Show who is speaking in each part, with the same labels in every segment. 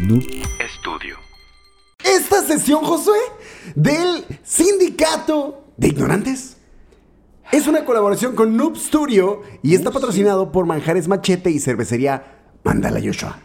Speaker 1: Noob
Speaker 2: Estudio.
Speaker 3: Esta sesión, Josué, del Sindicato de Ignorantes. Es una colaboración con Noob Studio y está patrocinado por Manjares Machete y Cervecería Mandala Joshua.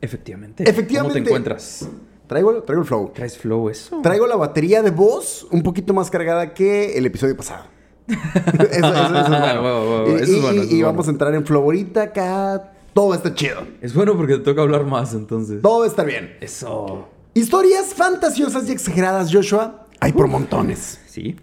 Speaker 4: Efectivamente.
Speaker 3: Efectivamente.
Speaker 4: ¿Cómo te encuentras?
Speaker 3: Traigo, traigo el flow.
Speaker 4: ¿Traes flow eso?
Speaker 3: Traigo la batería de voz un poquito más cargada que el episodio pasado. eso, eso- eso es bueno.
Speaker 4: Wow, wow, wow.
Speaker 3: Y-
Speaker 4: Eso es
Speaker 3: y-
Speaker 4: bueno, eso es
Speaker 3: y
Speaker 4: bueno.
Speaker 3: vamos a entrar en flow ahorita acá. Todo está chido.
Speaker 4: Es bueno porque te toca hablar más, entonces.
Speaker 3: Todo va a estar bien.
Speaker 4: Eso.
Speaker 3: Historias fantasiosas y exageradas, Joshua, hay por montones.
Speaker 4: Sí.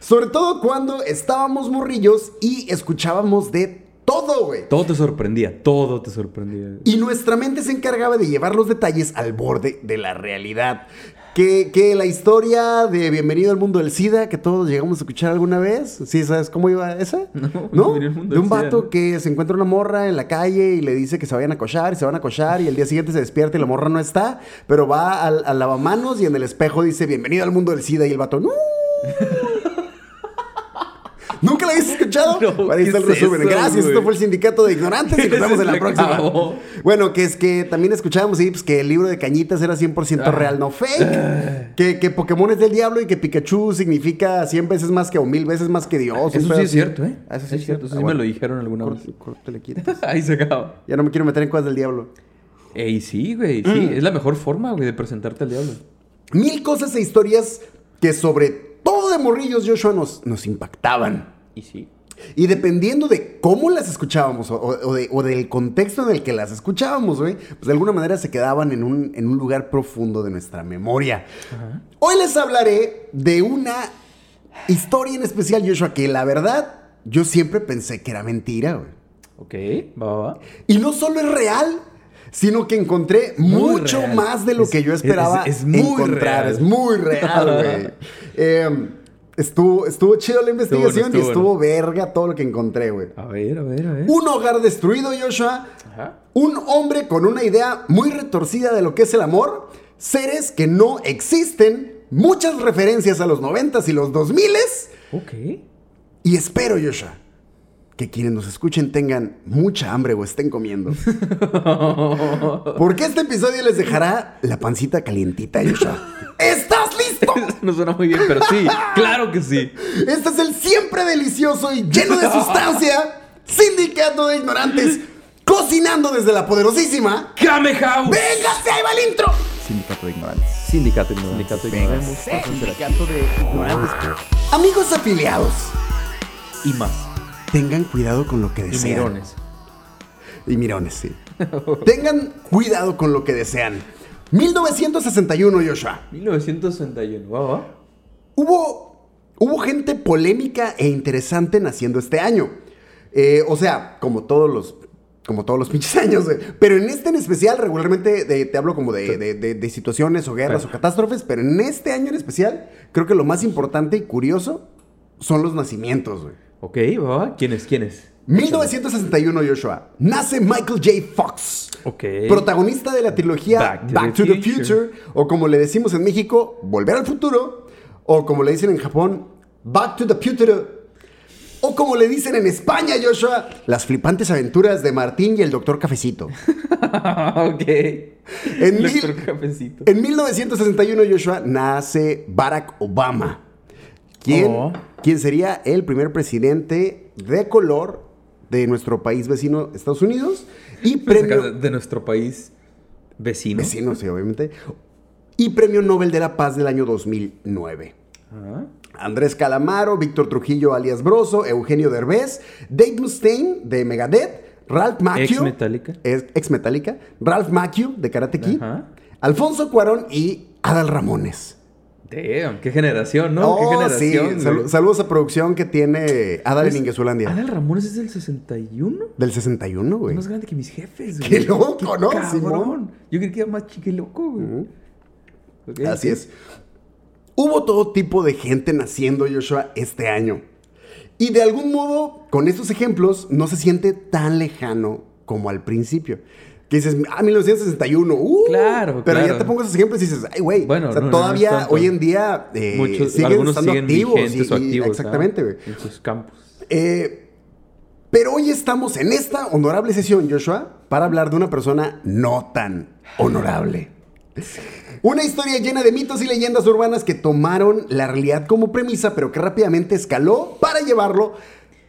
Speaker 3: Sobre todo cuando estábamos morrillos y escuchábamos de todo, güey.
Speaker 4: Todo te sorprendía, todo te sorprendía.
Speaker 3: Y nuestra mente se encargaba de llevar los detalles al borde de la realidad. Que, que la historia de Bienvenido al Mundo del SIDA, que todos llegamos a escuchar alguna vez. ¿Sí sabes cómo iba esa?
Speaker 4: No, Bienvenido al Mundo
Speaker 3: De
Speaker 4: del
Speaker 3: un
Speaker 4: SIDA,
Speaker 3: vato
Speaker 4: ¿no?
Speaker 3: que se encuentra una morra en la calle y le dice que se vayan a cochar y se van a cochar y el día siguiente se despierta y la morra no está, pero va al, al lavamanos y en el espejo dice Bienvenido al Mundo del SIDA y el vato, ¡no! ¿Nunca la habías escuchado?
Speaker 4: No,
Speaker 3: Bueno, ahí
Speaker 4: ¿qué
Speaker 3: está el
Speaker 4: es
Speaker 3: resumen.
Speaker 4: eso,
Speaker 3: Gracias,
Speaker 4: güey?
Speaker 3: esto fue el Sindicato de Ignorantes y nos vemos en la
Speaker 4: Se
Speaker 3: próxima.
Speaker 4: acabó.
Speaker 3: Bueno, que es que también escuchábamos sí, pues, que el libro de Cañitas era 100%
Speaker 4: Ah.
Speaker 3: real, no fake. Que, que Pokémon es del diablo y que Pikachu significa 100 veces más que o mil veces más que Dios. un pedo
Speaker 4: Eso sí
Speaker 3: así.
Speaker 4: es cierto, ¿eh?
Speaker 3: Ah, Eso sí es cierto.
Speaker 4: Eso
Speaker 3: Ah,
Speaker 4: sí me
Speaker 3: bueno.
Speaker 4: lo dijeron alguna vez.
Speaker 3: Cor- córtale, quita.
Speaker 4: Ahí se acaba.
Speaker 3: Ya no me quiero meter en cosas del diablo.
Speaker 4: Ey, sí, güey. Sí, es la mejor forma, güey, de presentarte al diablo.
Speaker 3: Mil cosas e historias que sobre todo de morrillos Joshua nos, nos impactaban.
Speaker 4: Y sí.
Speaker 3: Y dependiendo de cómo las escuchábamos o, o- o de- o del contexto en el que las escuchábamos, güey, pues de alguna manera se quedaban en un, en un lugar profundo de nuestra memoria. Hoy les hablaré de una historia en especial, Joshua, que la verdad yo siempre pensé que era mentira, güey.
Speaker 4: Ok, va, va, va.
Speaker 3: Y no solo es real, sino que encontré
Speaker 4: Muy
Speaker 3: mucho
Speaker 4: real.
Speaker 3: más de lo
Speaker 4: Es-
Speaker 3: que yo
Speaker 4: es-
Speaker 3: esperaba
Speaker 4: es- es muy
Speaker 3: encontrar.
Speaker 4: real.
Speaker 3: Es muy real, güey. Eh, estuvo, estuvo chido la investigación
Speaker 4: estuvo
Speaker 3: y estuvo verga todo lo que encontré, güey.
Speaker 4: A ver, a ver, a ver.
Speaker 3: Un hogar destruido, Joshua.
Speaker 4: Ajá.
Speaker 3: Un hombre con una idea muy retorcida de lo que es el amor. Seres que no existen. Muchas referencias a los 90s y los 2000s.
Speaker 4: Ok.
Speaker 3: Y espero, Joshua, que quienes nos escuchen tengan mucha hambre o estén comiendo. Porque este episodio les dejará la pancita calientita, Joshua. ¿Estás listo?
Speaker 4: no suena muy bien, pero sí, claro que sí.
Speaker 3: Este es el siempre delicioso y lleno de sustancia Sindicato de Ignorantes. Cocinando desde la poderosísima.
Speaker 4: ¡Game House!
Speaker 3: ¡Véngase, ahí va el intro!
Speaker 1: Sindicato de Ignorantes.
Speaker 4: Sindicato ignorante. Sindicato ignorante.
Speaker 1: Sindicato de Ignorantes.
Speaker 3: Amigos afiliados,
Speaker 4: Y más.
Speaker 3: tengan cuidado con lo que
Speaker 4: Y
Speaker 3: desean.
Speaker 4: mirones.
Speaker 3: Y mirones, sí. tengan cuidado con lo que desean. 1961, Joshua.
Speaker 4: 1961, va, va.
Speaker 3: Hubo, hubo gente polémica e interesante naciendo este año. Eh, o sea, como todos los. Como todos los pinches años, güey. Pero en este en especial, regularmente de- te hablo como de, de- de- de situaciones o guerras o catástrofes, pero en este año en especial, creo que lo más importante y curioso son los nacimientos, güey.
Speaker 4: Ok, va, va. ¿Quién es? ¿Quién es?
Speaker 3: 1961, Joshua. Nace Michael J. Fox.
Speaker 4: Ok.
Speaker 3: Protagonista de la trilogía Back to, the, future. o como le decimos en México, Volver al futuro, o como le dicen en Japón, Back to the future, o como le dicen en España, Joshua, las flipantes aventuras de Martín y el doctor Cafecito.
Speaker 4: ok.
Speaker 3: En,
Speaker 4: Le
Speaker 3: mil-
Speaker 4: entró un cafecito.
Speaker 3: en 1961, Joshua, nace Barack Obama, quien,
Speaker 4: Oh.
Speaker 3: quien sería el primer presidente de color de nuestro país vecino, Estados Unidos, y premio...
Speaker 4: De nuestro país vecino.
Speaker 3: Vecinos, sí, obviamente. Y Premio Nobel de la Paz del año 2009.
Speaker 4: Ah,
Speaker 3: Andrés Calamaro, Víctor Trujillo alias Broso, Eugenio Derbez, Dave Mustaine de Megadeth, Ralph Macchio.
Speaker 4: Ex Metallica.
Speaker 3: es- ex Metallica. Ralph Macchio de Karate Kid.
Speaker 4: Ajá.
Speaker 3: Alfonso Cuarón y Adal Ramones.
Speaker 4: Damn, qué generación, ¿no?
Speaker 3: Oh,
Speaker 4: qué generación.
Speaker 3: sí. Salu-
Speaker 4: güey.
Speaker 3: saludos a producción que tiene Adal en Inguesulandia.
Speaker 4: Adal Ramones es del 61.
Speaker 3: Del 61, güey.
Speaker 4: Es más grande que mis jefes, güey.
Speaker 3: Qué loco, ¿no,
Speaker 4: Cabrón.
Speaker 3: Simón?
Speaker 4: Yo creí que era más chique loco, güey. Ok,
Speaker 3: Así
Speaker 4: sí.
Speaker 3: es. Hubo todo tipo de gente naciendo, Joshua, este año. Y de algún modo, con estos ejemplos, no se siente tan lejano como al principio. Que dices, ah, 1961, uh,
Speaker 4: Claro,
Speaker 3: Pero
Speaker 4: claro.
Speaker 3: ya te pongo esos ejemplos y dices, ay, güey,
Speaker 4: Bueno,
Speaker 3: o sea,
Speaker 4: no, no, no es
Speaker 3: todavía
Speaker 4: tanto.
Speaker 3: hoy en día eh,
Speaker 4: Muchos,
Speaker 3: siguen
Speaker 4: algunos
Speaker 3: estando
Speaker 4: siguen
Speaker 3: activos.
Speaker 4: vigentes
Speaker 3: y-
Speaker 4: o
Speaker 3: y-
Speaker 4: activos.
Speaker 3: exactamente,
Speaker 4: ¿no?
Speaker 3: güey.
Speaker 4: En sus campos.
Speaker 3: Eh, Pero hoy estamos en esta honorable sesión, Joshua, para hablar de una persona no tan honorable. Una historia llena de mitos y leyendas urbanas que tomaron la realidad como premisa, pero que rápidamente escaló para llevarlo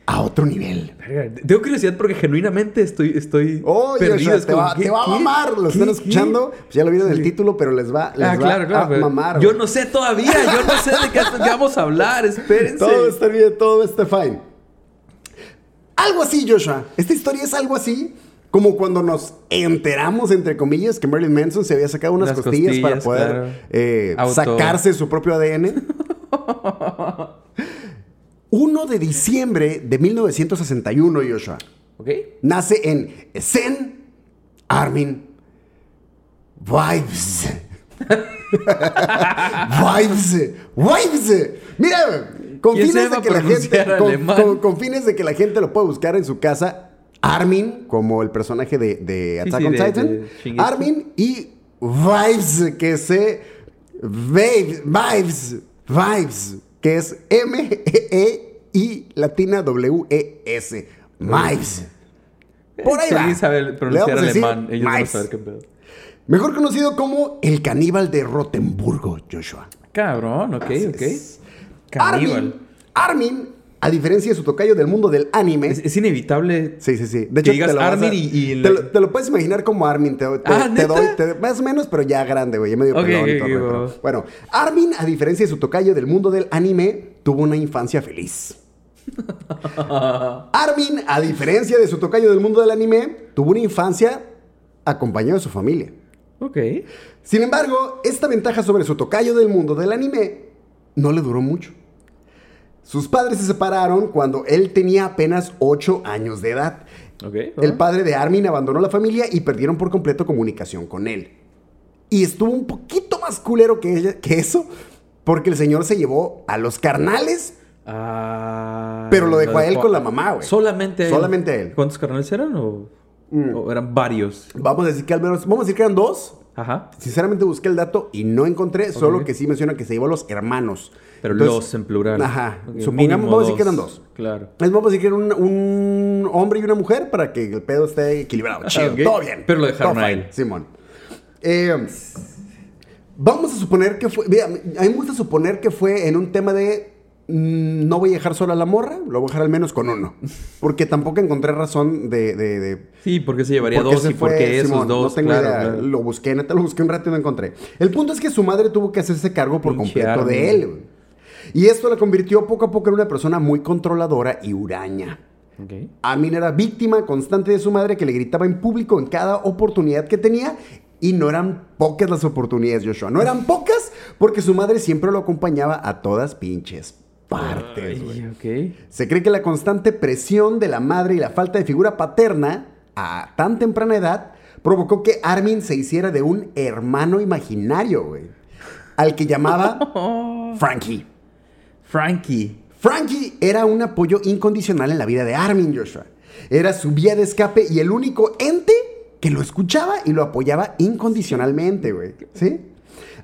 Speaker 3: a otro nivel.
Speaker 4: Verga, Tengo curiosidad porque genuinamente estoy, estoy
Speaker 3: Oh,
Speaker 4: perdido.
Speaker 3: Joshua,
Speaker 4: es
Speaker 3: te
Speaker 4: como,
Speaker 3: va,
Speaker 4: ¿qué-
Speaker 3: te va a
Speaker 4: qué-
Speaker 3: mamar. Lo
Speaker 4: qué-
Speaker 3: están
Speaker 4: qué?
Speaker 3: escuchando. Pues ya lo vieron en el título, pero les va, les
Speaker 4: ah,
Speaker 3: va
Speaker 4: claro,
Speaker 3: a
Speaker 4: claro. pero
Speaker 3: mamar.
Speaker 4: yo
Speaker 3: güey.
Speaker 4: no sé todavía, yo no sé de qué, de qué vamos a hablar, espérense.
Speaker 3: Todo está bien, todo está fine. Algo así, Joshua. Esta historia es algo así como cuando nos enteramos, entre comillas, que Marilyn Manson se había sacado unas
Speaker 4: Las
Speaker 3: costillas, para
Speaker 4: costillas,
Speaker 3: poder
Speaker 4: claro.
Speaker 3: eh,
Speaker 4: Auto.
Speaker 3: sacarse su propio ADN. 1 de diciembre de 1961, Joshua.
Speaker 4: ¿Ok?
Speaker 3: nace en Essen, Armin Vibes. Vibes, Vibes. Mira, con
Speaker 4: ¿Quién
Speaker 3: fines
Speaker 4: sepa
Speaker 3: de que la gente,
Speaker 4: pronunciar
Speaker 3: con,
Speaker 4: alemán?
Speaker 3: con- con fines de que la gente lo pueda buscar en su casa, Armin como el personaje de, de
Speaker 4: Sí,
Speaker 3: Attack
Speaker 4: sí,
Speaker 3: on
Speaker 4: de-
Speaker 3: Titan,
Speaker 4: de Shingeki.
Speaker 3: Armin y Vibes que se Vibes, Vibes, Vibes que es M E I latina W E S. Vibes. Por ahí
Speaker 4: Si
Speaker 3: va.
Speaker 4: alguien sabe
Speaker 3: Le
Speaker 4: pronunciar
Speaker 3: vamos a decir
Speaker 4: alemán, ellos van a
Speaker 3: Vibes.
Speaker 4: saber qué pedo.
Speaker 3: Mejor conocido como el caníbal de Rotemburgo, Joshua.
Speaker 4: Cabrón, ok, ok.
Speaker 3: es.
Speaker 4: Caníbal.
Speaker 3: Armin, Armin, a diferencia de su tocayo del mundo del anime.
Speaker 4: Es, es inevitable.
Speaker 3: sí, sí, sí. De hecho,
Speaker 4: que digas
Speaker 3: te lo, vas a-
Speaker 4: Armin y- y
Speaker 3: te,
Speaker 4: la-
Speaker 3: lo, te lo puedes imaginar como Armin. Te, te-
Speaker 4: Ah,
Speaker 3: te
Speaker 4: ¿neta?
Speaker 3: doy, te- más o menos, pero ya grande, güey. Ya medio
Speaker 4: Ok,
Speaker 3: pelón y
Speaker 4: ok,
Speaker 3: todo, güey,
Speaker 4: ok,
Speaker 3: pero-
Speaker 4: va.
Speaker 3: Bueno, Armin, a diferencia de su tocayo del mundo del anime, tuvo una infancia feliz. Armin, a diferencia de su tocayo del mundo del anime, tuvo una infancia acompañado de su familia.
Speaker 4: Ok.
Speaker 3: Sin embargo, esta ventaja sobre su tocayo del mundo del anime no le duró mucho. Sus padres se separaron cuando él tenía apenas 8 años de edad.
Speaker 4: Ok.
Speaker 3: El padre de Armin abandonó la familia y perdieron por completo comunicación con él. Y estuvo un poquito más culero que, ella- que eso, porque el señor se llevó a los carnales,
Speaker 4: Ah,
Speaker 3: pero lo dejó a él con la mamá, güey.
Speaker 4: Solamente a él.
Speaker 3: Solamente a él. Mm.
Speaker 4: ¿Cuántos carnales eran o, o eran varios?
Speaker 3: Vamos a decir que al menos, vamos a decir que eran dos.
Speaker 4: Ajá.
Speaker 3: Sinceramente busqué el dato y no encontré, solo
Speaker 4: Ok.
Speaker 3: que sí menciona que se llevó a los hermanos.
Speaker 4: Pero
Speaker 3: Entonces,
Speaker 4: los en plural.
Speaker 3: Ajá.
Speaker 4: Ok,
Speaker 3: Supongamos,
Speaker 4: mínimo
Speaker 3: vamos a decir que eran dos.
Speaker 4: Claro.
Speaker 3: Es vamos a decir que era un, un hombre y una mujer para que el pedo esté equilibrado. Chido,
Speaker 4: ok.
Speaker 3: todo bien.
Speaker 4: Pero lo dejaron
Speaker 3: Todo
Speaker 4: a
Speaker 3: fine,
Speaker 4: él.
Speaker 3: Simón. Eh, vamos a suponer que fue. Mira, a mí me gusta suponer que fue en un tema de. mm, No voy a dejar sola a la morra, lo voy a dejar al menos con uno. Porque tampoco encontré razón de. de, de
Speaker 4: Sí, porque se llevaría
Speaker 3: por qué
Speaker 4: dos
Speaker 3: se
Speaker 4: y por
Speaker 3: fue,
Speaker 4: qué esos
Speaker 3: Simón,
Speaker 4: dos.
Speaker 3: No tengo
Speaker 4: claro,
Speaker 3: idea.
Speaker 4: claro.
Speaker 3: Lo busqué, neta, lo busqué un rato y no encontré. El punto es que su madre tuvo que hacerse cargo por
Speaker 4: Pinche
Speaker 3: completo de
Speaker 4: Armin.
Speaker 3: él. güey. Y esto la convirtió poco a poco en una persona muy controladora y huraña.
Speaker 4: Ok.
Speaker 3: Amin era víctima constante de su madre que le gritaba en público en cada oportunidad que tenía. Y no eran pocas las oportunidades, Joshua. No eran pocas porque su madre siempre lo acompañaba a todas pinches partes. güey.
Speaker 4: Ay, ok.
Speaker 3: Se cree que la constante presión de la madre y la falta de figura paterna a tan temprana edad provocó que Armin se hiciera de un hermano imaginario, güey. Al que llamaba Frankie.
Speaker 4: Frankie.
Speaker 3: Frankie era un apoyo incondicional en la vida de Armin Joshua. Era su vía de escape y el único ente que lo escuchaba y lo apoyaba incondicionalmente, güey. ¿Sí?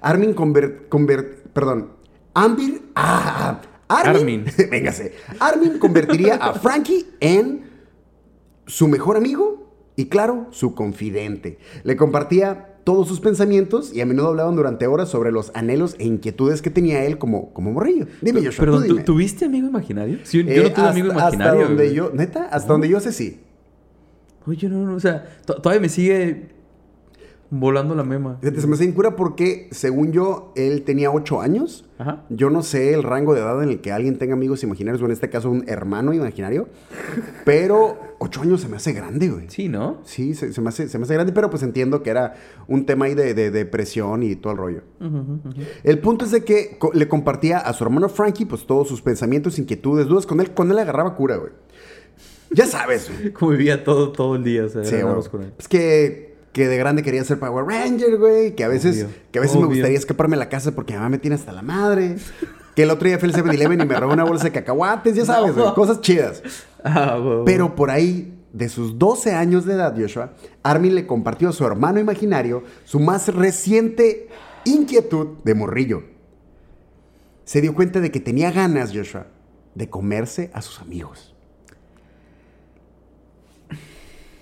Speaker 3: Armin convert... convert- perdón. Ambir... Ah, Armin...
Speaker 4: Armin.
Speaker 3: véngase. Armin convertiría a Frankie en su mejor amigo y, claro, su confidente. Le compartía todos sus pensamientos y a menudo hablaban durante horas sobre los anhelos e inquietudes que tenía él como, como morrillo. Dime, Joshua,
Speaker 4: Perdón,
Speaker 3: tú
Speaker 4: ¿tú-
Speaker 3: dime.
Speaker 4: ¿tuviste amigo imaginario? Sí, yo
Speaker 3: Eh,
Speaker 4: no tuve amigo
Speaker 3: hasta- hasta
Speaker 4: imaginario.
Speaker 3: donde
Speaker 4: güey.
Speaker 3: yo, neta, hasta donde yo sé sí.
Speaker 4: Oye, no, no, o sea, to- todavía me sigue volando la mema.
Speaker 3: Fíjate, se me hace incura porque, según yo, él tenía ocho años.
Speaker 4: Ajá.
Speaker 3: Yo no sé el rango de edad en el que alguien tenga amigos imaginarios, o en este caso un hermano imaginario. Pero ocho años se me hace grande, güey.
Speaker 4: Sí, ¿no?
Speaker 3: Sí, se, se me hace, se me hace grande, pero pues entiendo que era un tema ahí de, de- de presión y todo el rollo. El punto es de que co- le compartía a su hermano Frankie pues todos sus pensamientos, inquietudes, dudas con él. Con él agarraba cura, güey. Ya sabes, güey.
Speaker 4: Como vivía todo, todo el día, o sea,
Speaker 3: Sí,
Speaker 4: era nada
Speaker 3: güey.
Speaker 4: más con él.
Speaker 3: Es que, que de grande quería ser Power Ranger, güey. Que a veces,
Speaker 4: Obvio.
Speaker 3: que a veces me
Speaker 4: Obvio.
Speaker 3: gustaría escaparme de la casa porque mi mamá me tiene hasta la madre. Que el otro día fui al 7-Eleven y me robó una bolsa de cacahuates, ya sabes, güey, cosas chidas.
Speaker 4: Ah, wow.
Speaker 3: Pero por ahí, de sus 12 años de edad, Joshua, Armin le compartió a su hermano imaginario su más reciente inquietud de morrillo. Se dio cuenta de que tenía ganas, Joshua, de comerse a sus amigos.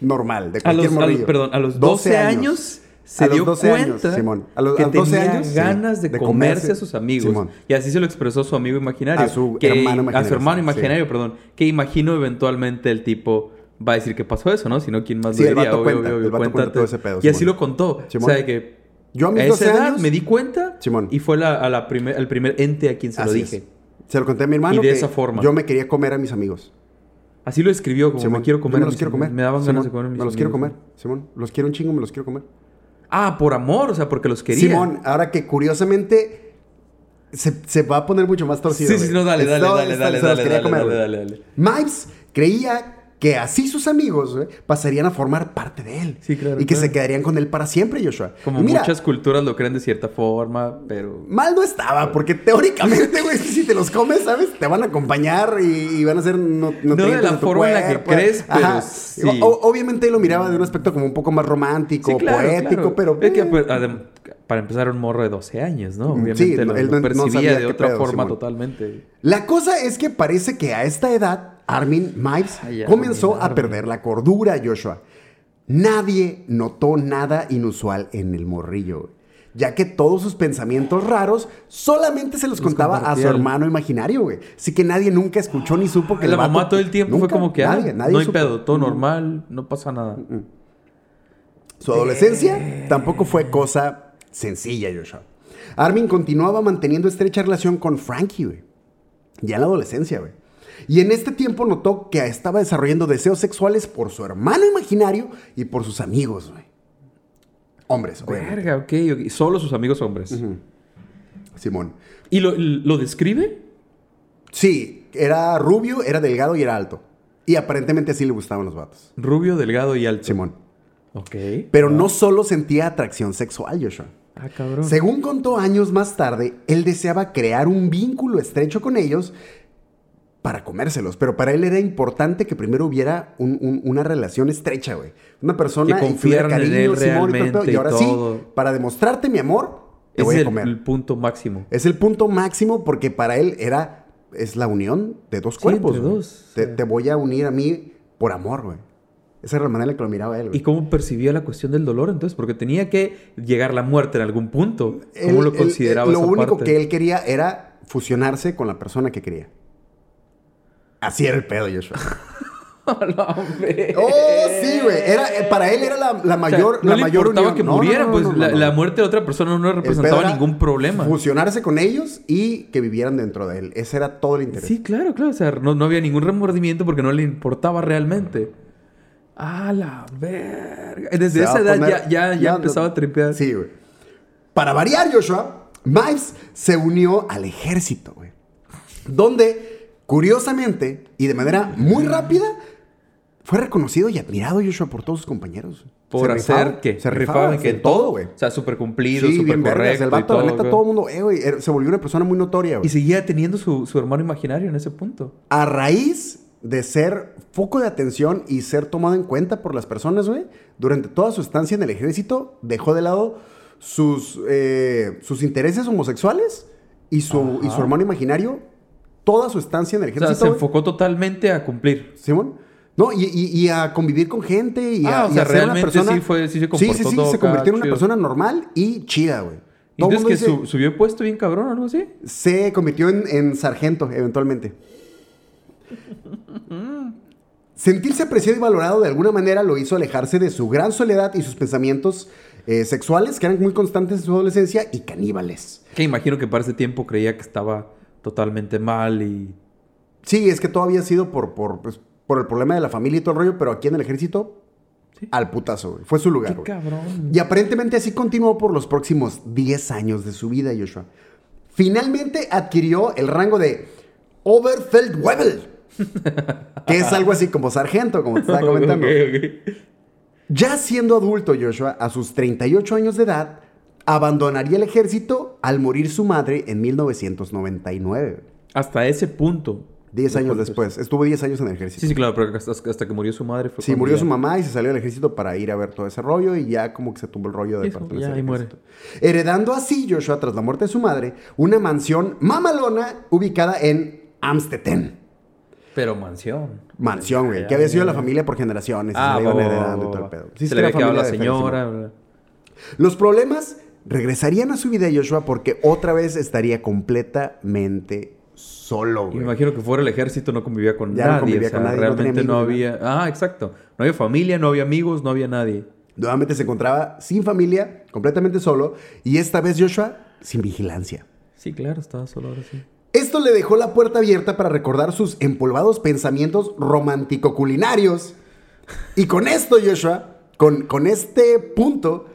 Speaker 3: normal, de
Speaker 4: A
Speaker 3: cualquier
Speaker 4: los, a los-
Speaker 3: morrillo.
Speaker 4: perdón, a los 12 años se
Speaker 3: A los
Speaker 4: dio
Speaker 3: 12 años,
Speaker 4: cuenta
Speaker 3: Simón. A los-
Speaker 4: que
Speaker 3: a los 12
Speaker 4: tenía
Speaker 3: años, sí,
Speaker 4: ganas de,
Speaker 3: de
Speaker 4: comerse,
Speaker 3: comerse,
Speaker 4: a sus amigos.
Speaker 3: Simón.
Speaker 4: Y así se lo expresó su amigo imaginario.
Speaker 3: A su
Speaker 4: que-
Speaker 3: hermano
Speaker 4: A su
Speaker 3: imaginario,
Speaker 4: hermano
Speaker 3: sí.
Speaker 4: imaginario, perdón. Que imagino eventualmente el tipo va a decir que pasó eso, ¿no? Si no, ¿quién más
Speaker 3: Sí,
Speaker 4: lo
Speaker 3: el
Speaker 4: diría?
Speaker 3: vato cuenta, el vato cuenta todo ese pedo,
Speaker 4: Y así
Speaker 3: Simón.
Speaker 4: lo contó.
Speaker 3: Simón.
Speaker 4: O sea, que
Speaker 3: Yo a mis
Speaker 4: a
Speaker 3: 12
Speaker 4: esa edad
Speaker 3: años
Speaker 4: me di cuenta
Speaker 3: Simón.
Speaker 4: y fue la, a la primer, el primer ente a quien se lo
Speaker 3: Así
Speaker 4: dije.
Speaker 3: es. Se lo conté a mi hermano.
Speaker 4: Y de
Speaker 3: que
Speaker 4: esa forma.
Speaker 3: Yo me quería comer a mis amigos.
Speaker 4: Así lo escribió, como
Speaker 3: Simón,
Speaker 4: me quiero
Speaker 3: yo
Speaker 4: comer. a
Speaker 3: Me los
Speaker 4: mis
Speaker 3: quiero
Speaker 4: amigos.
Speaker 3: comer.
Speaker 4: Me daban ganas
Speaker 3: Simón,
Speaker 4: de comer a mis
Speaker 3: Me los quiero
Speaker 4: amigos.
Speaker 3: comer, Simón. Los quiero un chingo, me los quiero comer.
Speaker 4: Ah, por amor, o sea, porque los quería.
Speaker 3: Simón, ahora que curiosamente se, se va a poner mucho más
Speaker 4: Sí,
Speaker 3: torcido.
Speaker 4: sí,
Speaker 3: güey.
Speaker 4: no, dale,
Speaker 3: Esto-
Speaker 4: dale, dale,
Speaker 3: esto
Speaker 4: dale,
Speaker 3: se los
Speaker 4: dale,
Speaker 3: quería
Speaker 4: dale,
Speaker 3: comer,
Speaker 4: dale,
Speaker 3: güey.
Speaker 4: dale, dale.
Speaker 3: Mives creía que así sus amigos güey, pasarían a formar parte de él.
Speaker 4: Sí, claro,
Speaker 3: Y que
Speaker 4: claro.
Speaker 3: se quedarían con él para siempre, Joshua.
Speaker 4: Como
Speaker 3: Y mira,
Speaker 4: muchas culturas lo creen de cierta forma, pero.
Speaker 3: Mal no estaba, porque teóricamente, güey, si te los comes, ¿sabes? Te van a acompañar y, y van a ser no, nutrientes
Speaker 4: de la
Speaker 3: tu
Speaker 4: forma en la que
Speaker 3: cuerpo.
Speaker 4: crees, pero sí.
Speaker 3: O- obviamente él lo miraba de un aspecto como un poco más romántico,
Speaker 4: Sí, claro,
Speaker 3: poético,
Speaker 4: claro.
Speaker 3: pero...
Speaker 4: Es que,
Speaker 3: eh,
Speaker 4: pues, adem- para empezar, era un morro de 12 años, ¿no?
Speaker 3: Mm,
Speaker 4: Obviamente
Speaker 3: sí,
Speaker 4: lo,
Speaker 3: él
Speaker 4: lo
Speaker 3: no- no
Speaker 4: percibía
Speaker 3: sabía
Speaker 4: de
Speaker 3: qué
Speaker 4: otra
Speaker 3: pedo,
Speaker 4: forma
Speaker 3: Simón.
Speaker 4: totalmente.
Speaker 3: La cosa es que parece que a esta edad, Armin Mives
Speaker 4: Ay,
Speaker 3: comenzó
Speaker 4: Armin,
Speaker 3: a perder la cordura, Joshua. Nadie notó nada inusual en el morrillo, güey, ya que todos sus pensamientos raros solamente se los, contaba a su
Speaker 4: compartía él.
Speaker 3: hermano imaginario, güey. Así que nadie nunca escuchó ni supo que el
Speaker 4: la
Speaker 3: vato-
Speaker 4: mamá todo el tiempo
Speaker 3: Nunca,
Speaker 4: fue como que, ah,
Speaker 3: nadie, nadie
Speaker 4: no hay
Speaker 3: supo. Mm,
Speaker 4: pedo, todo normal, no pasa nada.
Speaker 3: Su adolescencia tampoco fue cosa sencilla, Joshua. Armin continuaba manteniendo estrecha relación con Frankie, güey. Ya en la adolescencia, güey. Y en este tiempo notó que estaba desarrollando deseos sexuales por su hermano imaginario y por sus amigos, güey. Hombres, obviamente.
Speaker 4: Verga, ok, ok. Solo sus amigos hombres.
Speaker 3: Simón.
Speaker 4: ¿Y lo, lo describe?
Speaker 3: Sí, era rubio, era delgado y era alto. Y aparentemente así le gustaban los vatos.
Speaker 4: Rubio, delgado y alto.
Speaker 3: Simón.
Speaker 4: Ok.
Speaker 3: Pero no solo sentía atracción sexual, Joshua.
Speaker 4: Ah, cabrón.
Speaker 3: Según contó años más tarde, él deseaba crear un vínculo estrecho con ellos para comérselos, pero para él era importante que primero hubiera un- un- una relación estrecha, güey. Una persona y
Speaker 4: Que
Speaker 3: hubiera
Speaker 4: confiaran en él
Speaker 3: Simón, y todo el pedo.
Speaker 4: realmente
Speaker 3: y
Speaker 4: y
Speaker 3: ahora sí,
Speaker 4: todo.
Speaker 3: para demostrarte mi amor, te
Speaker 4: Ese
Speaker 3: voy
Speaker 4: es
Speaker 3: a
Speaker 4: el,
Speaker 3: comer.
Speaker 4: el punto máximo.
Speaker 3: Es el punto máximo porque para él era es la unión de dos cuerpos.
Speaker 4: entre
Speaker 3: güey.
Speaker 4: dos,
Speaker 3: Te,
Speaker 4: sí.
Speaker 3: te voy a unir a mí por amor, güey. Esa era la manera en la que lo miraba él, güey.
Speaker 4: ¿Y cómo percibía la cuestión del dolor entonces? Porque tenía que llegar la muerte en algún punto.
Speaker 3: Él-
Speaker 4: ¿Cómo lo
Speaker 3: él-
Speaker 4: consideraba
Speaker 3: él- Lo
Speaker 4: esa
Speaker 3: único
Speaker 4: parte?
Speaker 3: que él quería era fusionarse con la persona que quería. Así era el pedo, Joshua.
Speaker 4: ¡Hola, hombre!
Speaker 3: ¡Oh, sí, güey! Era, eh, para él era la, la
Speaker 4: O sea,
Speaker 3: mayor,
Speaker 4: no
Speaker 3: la
Speaker 4: le
Speaker 3: mayor
Speaker 4: importaba
Speaker 3: unión.
Speaker 4: que
Speaker 3: No, no,
Speaker 4: muriera,
Speaker 3: no,
Speaker 4: pues
Speaker 3: no, no,
Speaker 4: la,
Speaker 3: no.
Speaker 4: la muerte de otra persona no
Speaker 3: El pedo
Speaker 4: representaba
Speaker 3: era
Speaker 4: ningún problema.
Speaker 3: Fusionarse con ellos y que vivieran dentro de él. Ese era todo el interés.
Speaker 4: Sí, claro, claro. O sea, no, no había ningún remordimiento porque no le importaba realmente. ¡A la verga! Desde
Speaker 3: Se va
Speaker 4: esa
Speaker 3: a
Speaker 4: edad
Speaker 3: poner-
Speaker 4: ya, ya, ya
Speaker 3: no,
Speaker 4: empezaba
Speaker 3: no.
Speaker 4: a tripear.
Speaker 3: Sí, güey. Para variar, Joshua, Miles se unió al ejército, güey. Donde, curiosamente y de manera muy rápida, fue reconocido y admirado Joshua por todos sus compañeros.
Speaker 4: Por
Speaker 3: Se rifaba,
Speaker 4: hacer que
Speaker 3: Se rifaba
Speaker 4: que
Speaker 3: en todo, güey.
Speaker 4: O sea, súper cumplido,
Speaker 3: Sí,
Speaker 4: súper
Speaker 3: bien vergas.
Speaker 4: correcto.
Speaker 3: El
Speaker 4: y
Speaker 3: vato,
Speaker 4: todo,
Speaker 3: la neta,
Speaker 4: güey.
Speaker 3: todo el mundo, eh, güey, er- se volvió una persona muy notoria,
Speaker 4: Y
Speaker 3: güey.
Speaker 4: seguía teniendo su, su hermano imaginario en ese punto.
Speaker 3: A raíz de ser foco de atención y ser tomado en cuenta por las personas, güey, durante toda su estancia en el ejército, dejó de lado sus, eh, sus intereses homosexuales y su, y su hermano imaginario toda su estancia en el
Speaker 4: O sea,
Speaker 3: ejército.
Speaker 4: se
Speaker 3: güey.
Speaker 4: enfocó totalmente a cumplir.
Speaker 3: Simón. No, y, y- y a convivir con gente y a,
Speaker 4: Ah, o
Speaker 3: y
Speaker 4: sea,
Speaker 3: a ser
Speaker 4: realmente
Speaker 3: una persona.
Speaker 4: sí fue- sí se
Speaker 3: sí,
Speaker 4: comportó
Speaker 3: sí, sí,
Speaker 4: todo
Speaker 3: se
Speaker 4: acá,
Speaker 3: convirtió en una
Speaker 4: chido.
Speaker 3: persona normal y chida, güey.
Speaker 4: ¿Y
Speaker 3: Todo el
Speaker 4: entonces
Speaker 3: mundo
Speaker 4: que
Speaker 3: dice-
Speaker 4: su- subió puesto bien cabrón o algo así?
Speaker 3: se convirtió en, en sargento eventualmente. Sentirse apreciado y valorado de alguna manera lo hizo alejarse de su gran soledad y sus pensamientos eh, sexuales, que eran muy constantes en su adolescencia, y caníbales.
Speaker 4: Que imagino que para ese tiempo creía que estaba totalmente mal y...
Speaker 3: Sí, es que todo había sido por, por, pues, por el problema de la familia y todo el rollo, pero aquí en el ejército,
Speaker 4: Sí.
Speaker 3: al putazo, güey. Fue su lugar.
Speaker 4: ¡Qué
Speaker 3: güey.
Speaker 4: cabrón!
Speaker 3: Y aparentemente así continuó por los próximos 10 años de su vida, Joshua. Finalmente adquirió el rango de Oberfeldwebel, que es algo así como sargento, como te estaba comentando.
Speaker 4: Ok, ok.
Speaker 3: Ya siendo adulto, Joshua, a sus 38 años de edad, abandonaría el ejército al morir su madre en 1999.
Speaker 4: Hasta ese punto.
Speaker 3: 10 años
Speaker 4: Después. pues,
Speaker 3: después. Estuvo 10 años en el ejército.
Speaker 4: Sí, sí, claro, pero hasta, hasta que murió su madre fue
Speaker 3: Sí,
Speaker 4: cuando
Speaker 3: murió
Speaker 4: ya-
Speaker 3: su mamá y se salió del ejército para ir a ver todo ese rollo y ya como que se tumbó el rollo de
Speaker 4: Hijo,
Speaker 3: pertenecer
Speaker 4: ya,
Speaker 3: al
Speaker 4: ahí muere.
Speaker 3: ejército. Heredando así Joshua, tras la muerte de su madre, una mansión mamalona ubicada en Amstetten.
Speaker 4: Pero mansión.
Speaker 3: Mansión, güey. Que había sido la familia por generaciones. y
Speaker 4: Ah,
Speaker 3: se la iban
Speaker 4: va, va, va,
Speaker 3: heredando y
Speaker 4: va,
Speaker 3: todo el
Speaker 4: va.
Speaker 3: pedo.
Speaker 4: se
Speaker 3: era
Speaker 4: le había quedado la
Speaker 3: familia de Félix,
Speaker 4: señora. bla.
Speaker 3: ¿no? Los problemas regresarían a su vida, Joshua, porque otra vez estaría completamente solo,
Speaker 4: Y
Speaker 3: güey.
Speaker 4: Me imagino que fuera el ejército, no convivía con
Speaker 3: Ya no
Speaker 4: nadie.
Speaker 3: convivía
Speaker 4: o sea,
Speaker 3: con nadie, no
Speaker 4: realmente
Speaker 3: tenía
Speaker 4: no,
Speaker 3: amigos,
Speaker 4: había. Ah, exacto. No había familia, no había amigos, no había nadie.
Speaker 3: Nuevamente se encontraba sin familia, completamente solo, y esta vez Joshua sin vigilancia.
Speaker 4: Sí, claro, estaba solo ahora sí.
Speaker 3: Esto le dejó la puerta abierta para recordar sus empolvados pensamientos romántico-culinarios. Y con esto, Joshua, con, con este punto,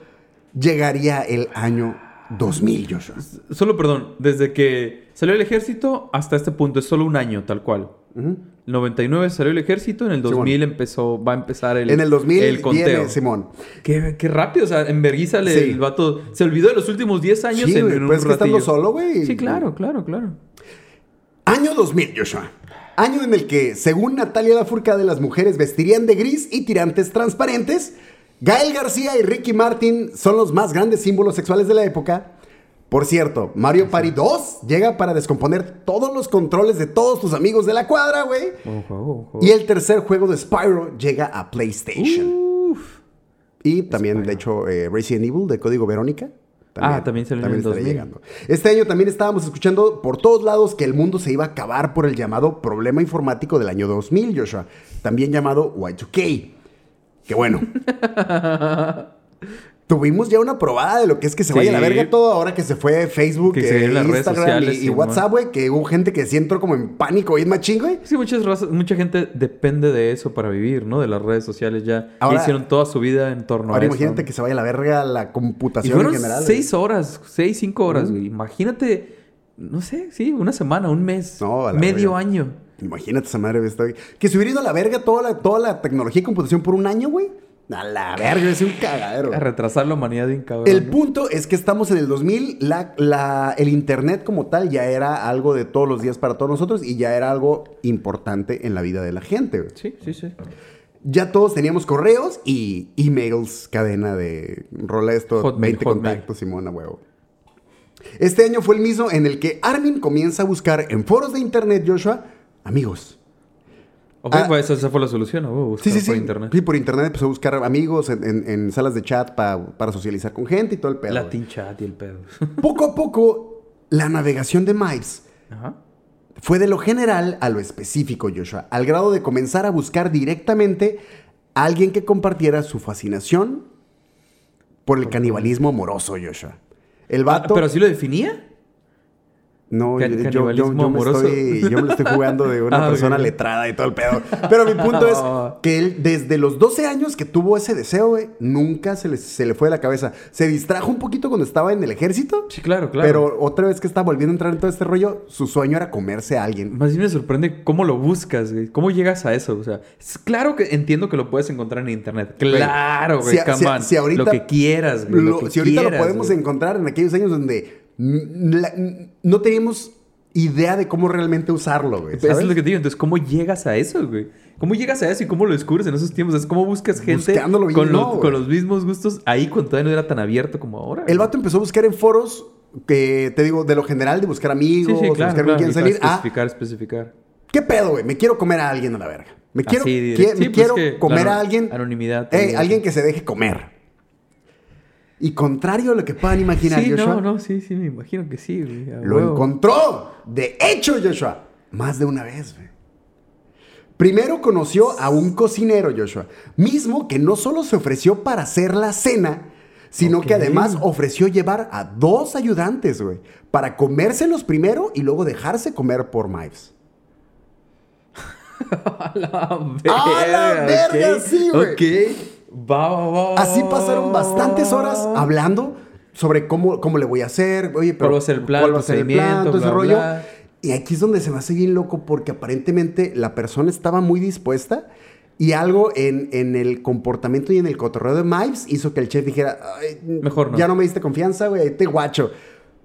Speaker 3: llegaría el año 2000, Joshua.
Speaker 4: Solo, perdón, desde que salió el ejército hasta este punto, es solo un año, tal cual. El 99 salió el ejército, en el
Speaker 3: Simón.
Speaker 4: 2000 empezó, va a empezar el,
Speaker 3: En el 2000
Speaker 4: el conteo.
Speaker 3: viene Simón.
Speaker 4: Qué, qué rápido, o sea, en vergüenza le-
Speaker 3: Sí.
Speaker 4: el vato se olvidó de los últimos 10 años
Speaker 3: Sí,
Speaker 4: en,
Speaker 3: güey,
Speaker 4: en un
Speaker 3: pues es que estando
Speaker 4: ratillo.
Speaker 3: solo, güey.
Speaker 4: Sí, claro, claro, claro.
Speaker 3: Año 2000, Joshua. Año en el que, según Natalia Lafourcade, las mujeres vestirían de gris y tirantes transparentes. Gael García y Ricky Martin son los más grandes símbolos sexuales de la época. Por cierto, Mario Party 2 llega para descomponer todos los controles de todos tus amigos de la cuadra, güey.
Speaker 4: Un juego, un juego.
Speaker 3: Y el tercer juego de Spyro llega a PlayStation.
Speaker 4: Uf.
Speaker 3: Y también, de hecho, eh, Resident Evil de Código Verónica.
Speaker 4: Ah, también salió en el
Speaker 3: estaría
Speaker 4: 2000.
Speaker 3: Este año también estábamos escuchando por todos lados que el mundo se iba a acabar por el llamado problema informático del año 2000, Joshua. También llamado Y2K. Que bueno. Tuvimos ya una probada de lo que es que se vaya a la
Speaker 4: Sí.
Speaker 3: verga todo ahora que se fue Facebook,
Speaker 4: Que
Speaker 3: que
Speaker 4: se dieron las redes
Speaker 3: Instagram
Speaker 4: sociales,
Speaker 3: y- y,
Speaker 4: sí,
Speaker 3: WhatsApp,
Speaker 4: mon.
Speaker 3: güey. Que hubo gente que sí entró como en pánico y machín, güey.
Speaker 4: Es que muchas razas- mucha gente depende de eso para vivir, ¿no? De las redes sociales ya. Ya
Speaker 3: Ahora-
Speaker 4: hicieron toda su vida en torno
Speaker 3: ahora
Speaker 4: a eso.
Speaker 3: imagínate que se vaya a la verga la
Speaker 4: Y
Speaker 3: computación en
Speaker 4: fueron
Speaker 3: general. güey.
Speaker 4: seis horas, seis, cinco horas, güey. Imagínate, no sé, sí, una semana, un mes,
Speaker 3: No, a la
Speaker 4: medio
Speaker 3: verga.
Speaker 4: año.
Speaker 3: Imagínate esa madre, güey, estoy- Que se hubiera ido a la verga toda la, toda la tecnología y computación por un año, güey. A la verga, es un cagadero.
Speaker 4: A retrasar la humanidad de un cabrón.
Speaker 3: El
Speaker 4: ¿no?
Speaker 3: punto es que estamos en el 2000, la, la- el internet como tal ya era algo de todos los días para todos nosotros y ya era algo importante en la vida de la gente. güey.
Speaker 4: Sí, sí, sí.
Speaker 3: Ya todos teníamos correos y emails, cadena de rola esto,
Speaker 4: Hotmail,
Speaker 3: 20
Speaker 4: Hotmail.
Speaker 3: contactos, Simona, huevo. Este año fue el mismo en el que Armin comienza a buscar en foros de internet, Joshua, amigos.
Speaker 4: Ok,
Speaker 3: Ah.
Speaker 4: pues esa, esa fue la solución, ¿no? Buscar
Speaker 3: Sí, sí, sí.
Speaker 4: por internet.
Speaker 3: Sí, por internet empezó a buscar amigos en, en- en salas de chat pa- para socializar con gente y todo el pedo. güey.
Speaker 4: Latin chat y el pedo.
Speaker 3: Poco a poco, la navegación de Miles
Speaker 4: Ajá.
Speaker 3: fue de lo general a lo específico, Joshua, al grado de comenzar a buscar directamente a alguien que compartiera su fascinación por el canibalismo amoroso, Joshua. El
Speaker 4: Ah,
Speaker 3: vato...
Speaker 4: ¿Pero así lo definía?
Speaker 3: No, yo,
Speaker 4: Can-
Speaker 3: yo- yo-
Speaker 4: canibalismo
Speaker 3: yo me
Speaker 4: amoroso.
Speaker 3: estoy, yo me lo estoy jugando de
Speaker 4: Ah,
Speaker 3: una
Speaker 4: ok.
Speaker 3: persona letrada y todo el pedo. Pero mi punto es que él, desde los 12 años que tuvo ese deseo, güey, nunca se le, se le fue de la cabeza. Se distrajo un poquito cuando estaba en el ejército,
Speaker 4: Sí, claro, claro.
Speaker 3: pero otra vez que estaba volviendo a entrar en todo este rollo, su sueño era comerse a alguien.
Speaker 4: Más bien me sorprende cómo lo buscas, güey. ¿Cómo llegas a eso? O sea, es claro que entiendo que lo puedes encontrar en internet. Claro, güey,
Speaker 3: Si a-
Speaker 4: come
Speaker 3: si a-
Speaker 4: on.
Speaker 3: si ahorita-
Speaker 4: Lo que quieras, güey.
Speaker 3: Lo-
Speaker 4: que
Speaker 3: si ahorita lo
Speaker 4: quieras,
Speaker 3: podemos
Speaker 4: güey.
Speaker 3: encontrar en aquellos años donde mm, la- mm, no teníamos idea de cómo realmente usarlo, güey.
Speaker 4: Eso
Speaker 3: ¿sabes?
Speaker 4: es lo que te digo. Entonces, ¿cómo llegas a eso, güey? ¿Cómo llegas a eso y cómo lo descubres en esos tiempos? Es como buscas gente
Speaker 3: Buscándolo bien,
Speaker 4: con, lo-
Speaker 3: no, güey.
Speaker 4: con los mismos gustos ahí cuando todavía no era tan abierto como ahora.
Speaker 3: El
Speaker 4: güey.
Speaker 3: vato empezó a buscar en foros que te digo, de lo general, de buscar amigos,
Speaker 4: Sí, sí,
Speaker 3: de
Speaker 4: claro.
Speaker 3: buscar
Speaker 4: claro.
Speaker 3: con quién
Speaker 4: Y para
Speaker 3: salir. Ah,
Speaker 4: Especificar, especificar.
Speaker 3: ¿qué pedo, güey? Me quiero comer a alguien a la verga. Me
Speaker 4: Así
Speaker 3: quiero,
Speaker 4: directo.
Speaker 3: quie-
Speaker 4: Sí,
Speaker 3: me
Speaker 4: pues
Speaker 3: quiero
Speaker 4: es que
Speaker 3: comer
Speaker 4: la
Speaker 3: a alguien.
Speaker 4: anonimidad
Speaker 3: Ey,
Speaker 4: también.
Speaker 3: alguien que se deje comer. Y contrario a lo que puedan imaginar,
Speaker 4: Sí,
Speaker 3: Joshua,
Speaker 4: no, no, sí, sí, me imagino que sí, güey. a
Speaker 3: lo
Speaker 4: huevo.
Speaker 3: encontró. De hecho, Joshua, más de una vez, güey. Primero conoció a un cocinero, Joshua, mismo que no solo se ofreció para hacer la cena, sino que
Speaker 4: Ok.
Speaker 3: además ofreció llevar a dos ayudantes, güey, para comérselos primero y luego dejarse comer por Mives.
Speaker 4: A la verga.
Speaker 3: ¡A ¡Ah, la verga,
Speaker 4: ok,
Speaker 3: sí, güey!
Speaker 4: Ok. Va, va, va.
Speaker 3: Así pasaron bastantes horas hablando sobre cómo, cómo le voy a hacer, oye, pero
Speaker 4: ¿Cuál va a ser el plan,
Speaker 3: cuál va a ser el plan, todo ese
Speaker 4: procedimiento,
Speaker 3: rollo.
Speaker 4: bla, bla?
Speaker 3: Y aquí es donde se me hace bien loco porque aparentemente la persona estaba muy dispuesta y algo en, en el comportamiento y en el cotorreo de Mives hizo que el chef dijera, "Ay,
Speaker 4: Mejor no".
Speaker 3: ya no me diste confianza, güey, te guacho.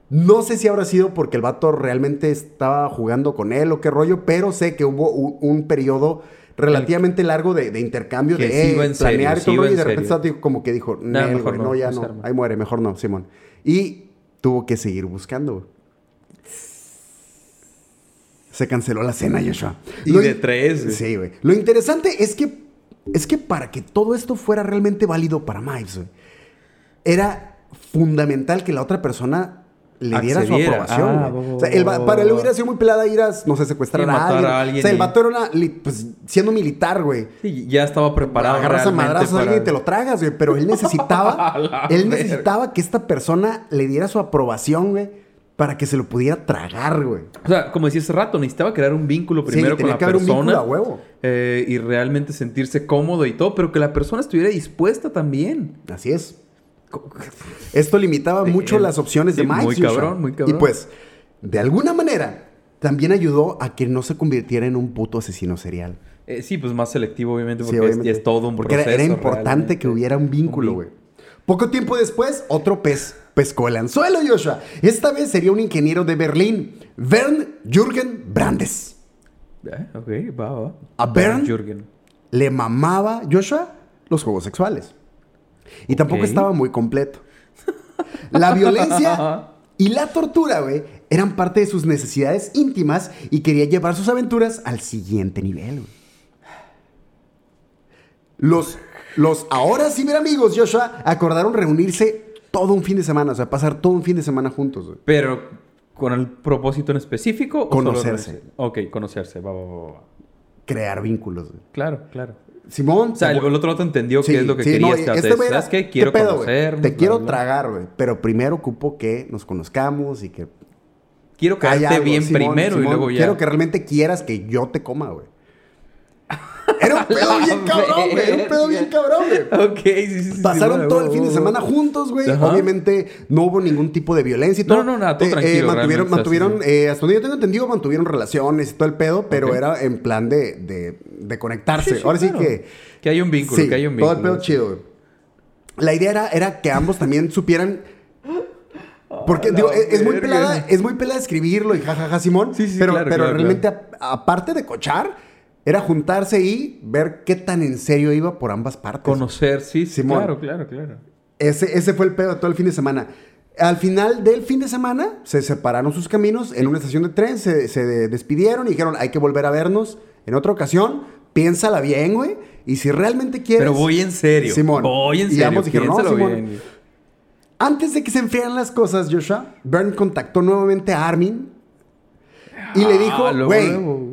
Speaker 3: No sé si habrá sido porque el vato realmente estaba jugando con él o qué rollo, pero sé que hubo un, un periodo relativamente largo de, de intercambio
Speaker 4: Que
Speaker 3: de
Speaker 4: sí iba
Speaker 3: "Eh,
Speaker 4: en serio,
Speaker 3: planear y
Speaker 4: sí
Speaker 3: todo el
Speaker 4: iba
Speaker 3: rollo", y
Speaker 4: en
Speaker 3: de repente
Speaker 4: serio.
Speaker 3: estaba digo, como que dijo,
Speaker 4: No,
Speaker 3: "Nel,
Speaker 4: mejor
Speaker 3: güey, no,
Speaker 4: no,
Speaker 3: ya
Speaker 4: no se
Speaker 3: no,
Speaker 4: arma".
Speaker 3: ahí muere, mejor no, Simón. Y tuvo que seguir buscando. güey. Se canceló la cena, Joshua.
Speaker 4: Y
Speaker 3: Lo
Speaker 4: de
Speaker 3: in-
Speaker 4: tres, güey.
Speaker 3: Sí, güey. Lo interesante es que, es que para que todo esto fuera realmente válido para Miles, güey, era fundamental que la otra persona le diera su
Speaker 4: Accediera.
Speaker 3: aprobación.
Speaker 4: Ah,
Speaker 3: güey.
Speaker 4: bo-
Speaker 3: o sea, el va- para él hubiera sido muy pelada ir a, no sé, secuestrar
Speaker 4: Sí,
Speaker 3: a,
Speaker 4: matar
Speaker 3: alguien.
Speaker 4: a alguien
Speaker 3: O sea, el
Speaker 4: y-
Speaker 3: vato era una, li- pues, siendo militar, güey.
Speaker 4: Sí, ya estaba preparado.
Speaker 3: Agarras a
Speaker 4: realmente
Speaker 3: madrazos a
Speaker 4: para-
Speaker 3: alguien y te lo tragas, güey. Pero él
Speaker 4: A
Speaker 3: necesitaba.
Speaker 4: la
Speaker 3: él
Speaker 4: verga.
Speaker 3: necesitaba que esta persona le diera su aprobación, güey. Para que se lo pudiera tragar, güey.
Speaker 4: O sea, como decía hace rato, necesitaba crear un vínculo
Speaker 3: Sí,
Speaker 4: primero con
Speaker 3: tenía
Speaker 4: la
Speaker 3: que haber un
Speaker 4: persona.
Speaker 3: vínculo a huevo.
Speaker 4: eh, y realmente sentirse cómodo y todo, pero que la persona estuviera dispuesta también.
Speaker 3: Así es. Esto limitaba
Speaker 4: Sí,
Speaker 3: mucho
Speaker 4: él-
Speaker 3: las opciones de
Speaker 4: sí,
Speaker 3: Mike.
Speaker 4: muy
Speaker 3: Yusha.
Speaker 4: cabrón, muy cabrón.
Speaker 3: Y pues, de alguna manera, también ayudó a que no se convirtiera en un puto asesino serial.
Speaker 4: Eh, sí, pues más selectivo, obviamente,
Speaker 3: Sí,
Speaker 4: porque es-
Speaker 3: obviamente.
Speaker 4: ya es todo un
Speaker 3: Porque era-
Speaker 4: proceso.
Speaker 3: era, importante
Speaker 4: realmente.
Speaker 3: que hubiera un vínculo,
Speaker 4: Un
Speaker 3: güey. Poco tiempo después, otro pez pescó el anzuelo, Joshua. Esta vez sería un ingeniero de Berlín, Bern Jürgen Brandes.
Speaker 4: Eh, ok, va, va.
Speaker 3: A Bern.
Speaker 4: Jürgen.
Speaker 3: Le mamaba, Joshua, los juegos sexuales. Y tampoco
Speaker 4: Ok.
Speaker 3: estaba muy completo. La violencia y la tortura, güey, eran parte de sus necesidades íntimas y quería llevar sus aventuras al siguiente nivel, güey. Los, los ahora sí, ver amigos, Joshua, acordaron reunirse todo un fin de semana, o sea, pasar todo un fin de semana juntos, güey.
Speaker 4: Pero, ¿con el propósito en específico? o solo
Speaker 3: Conocerse.
Speaker 4: reunirse? ok, conocerse, va, va, va, va.
Speaker 3: Crear vínculos, güey.
Speaker 4: Claro, claro.
Speaker 3: Simón.
Speaker 4: O sea, el, el otro rato entendió
Speaker 3: Sí,
Speaker 4: qué es lo que
Speaker 3: sí,
Speaker 4: quería.
Speaker 3: no,
Speaker 4: este,
Speaker 3: este güey era,
Speaker 4: ¿Sabes qué? Quiero
Speaker 3: pedo, güey?
Speaker 4: conocer.
Speaker 3: Te quiero
Speaker 4: tragar.
Speaker 3: tragar, güey. Pero primero ocupo que nos conozcamos y que
Speaker 4: Quiero caerte
Speaker 3: haya algo,
Speaker 4: bien
Speaker 3: Simón,
Speaker 4: primero
Speaker 3: Simón,
Speaker 4: y luego ya.
Speaker 3: Quiero que realmente quieras que yo te coma, güey. Era un pedo
Speaker 4: La
Speaker 3: bien cabrón, güey. Era un pedo bien
Speaker 4: verga.
Speaker 3: cabrón, güey.
Speaker 4: Ok, sí, sí, sí, sí.
Speaker 3: Pasaron
Speaker 4: va,
Speaker 3: todo
Speaker 4: va,
Speaker 3: el fin de
Speaker 4: va,
Speaker 3: semana
Speaker 4: va.
Speaker 3: juntos, güey.
Speaker 4: Ajá.
Speaker 3: Obviamente no hubo ningún tipo de violencia y
Speaker 4: No,
Speaker 3: todo. Eh,
Speaker 4: no, nada, todo tranquilo,
Speaker 3: mantuvieron,
Speaker 4: realmente,
Speaker 3: mantuvieron
Speaker 4: así,
Speaker 3: eh, hasta donde yo tengo entendido, mantuvieron relaciones y todo el pedo, pero
Speaker 4: Ok.
Speaker 3: era en plan de, de, de conectarse.
Speaker 4: Sí, sí,
Speaker 3: Ahora Ah, sí
Speaker 4: claro.
Speaker 3: que.
Speaker 4: Que hay un vínculo, que hay un
Speaker 3: todo
Speaker 4: vínculo.
Speaker 3: el pedo chido, güey. La idea era, era que ambos también supieran. Porque,
Speaker 4: Ah, la
Speaker 3: digo, e-, es, es muy
Speaker 4: verga.
Speaker 3: pelada, es muy pelada escribirlo y jajaja, Simón.
Speaker 4: Sí, sí,
Speaker 3: pero
Speaker 4: claro,
Speaker 3: pero
Speaker 4: claro,
Speaker 3: realmente, a- aparte de cochar, era juntarse y ver qué tan en serio iba por ambas partes.
Speaker 4: Conocer, sí, sí.
Speaker 3: Simón.
Speaker 4: Claro, claro, claro.
Speaker 3: Ese, ese fue el pedo de todo el fin de semana. Al final del fin de semana se separaron sus caminos en una estación de tren, se, se de- despidieron y dijeron, hay que volver a vernos en otra ocasión, piénsala bien, güey, y si realmente quieres...
Speaker 4: Pero voy en serio.
Speaker 3: Simón.
Speaker 4: Voy en
Speaker 3: Y
Speaker 4: serio.
Speaker 3: ambos dijeron, no,
Speaker 4: piénsalo
Speaker 3: Simón.
Speaker 4: bien.
Speaker 3: Antes de que se enfriaran las cosas, Joshua, Bern contactó nuevamente a Armin y le
Speaker 4: Ah,
Speaker 3: dijo,
Speaker 4: luego,
Speaker 3: güey,
Speaker 4: luego, güey.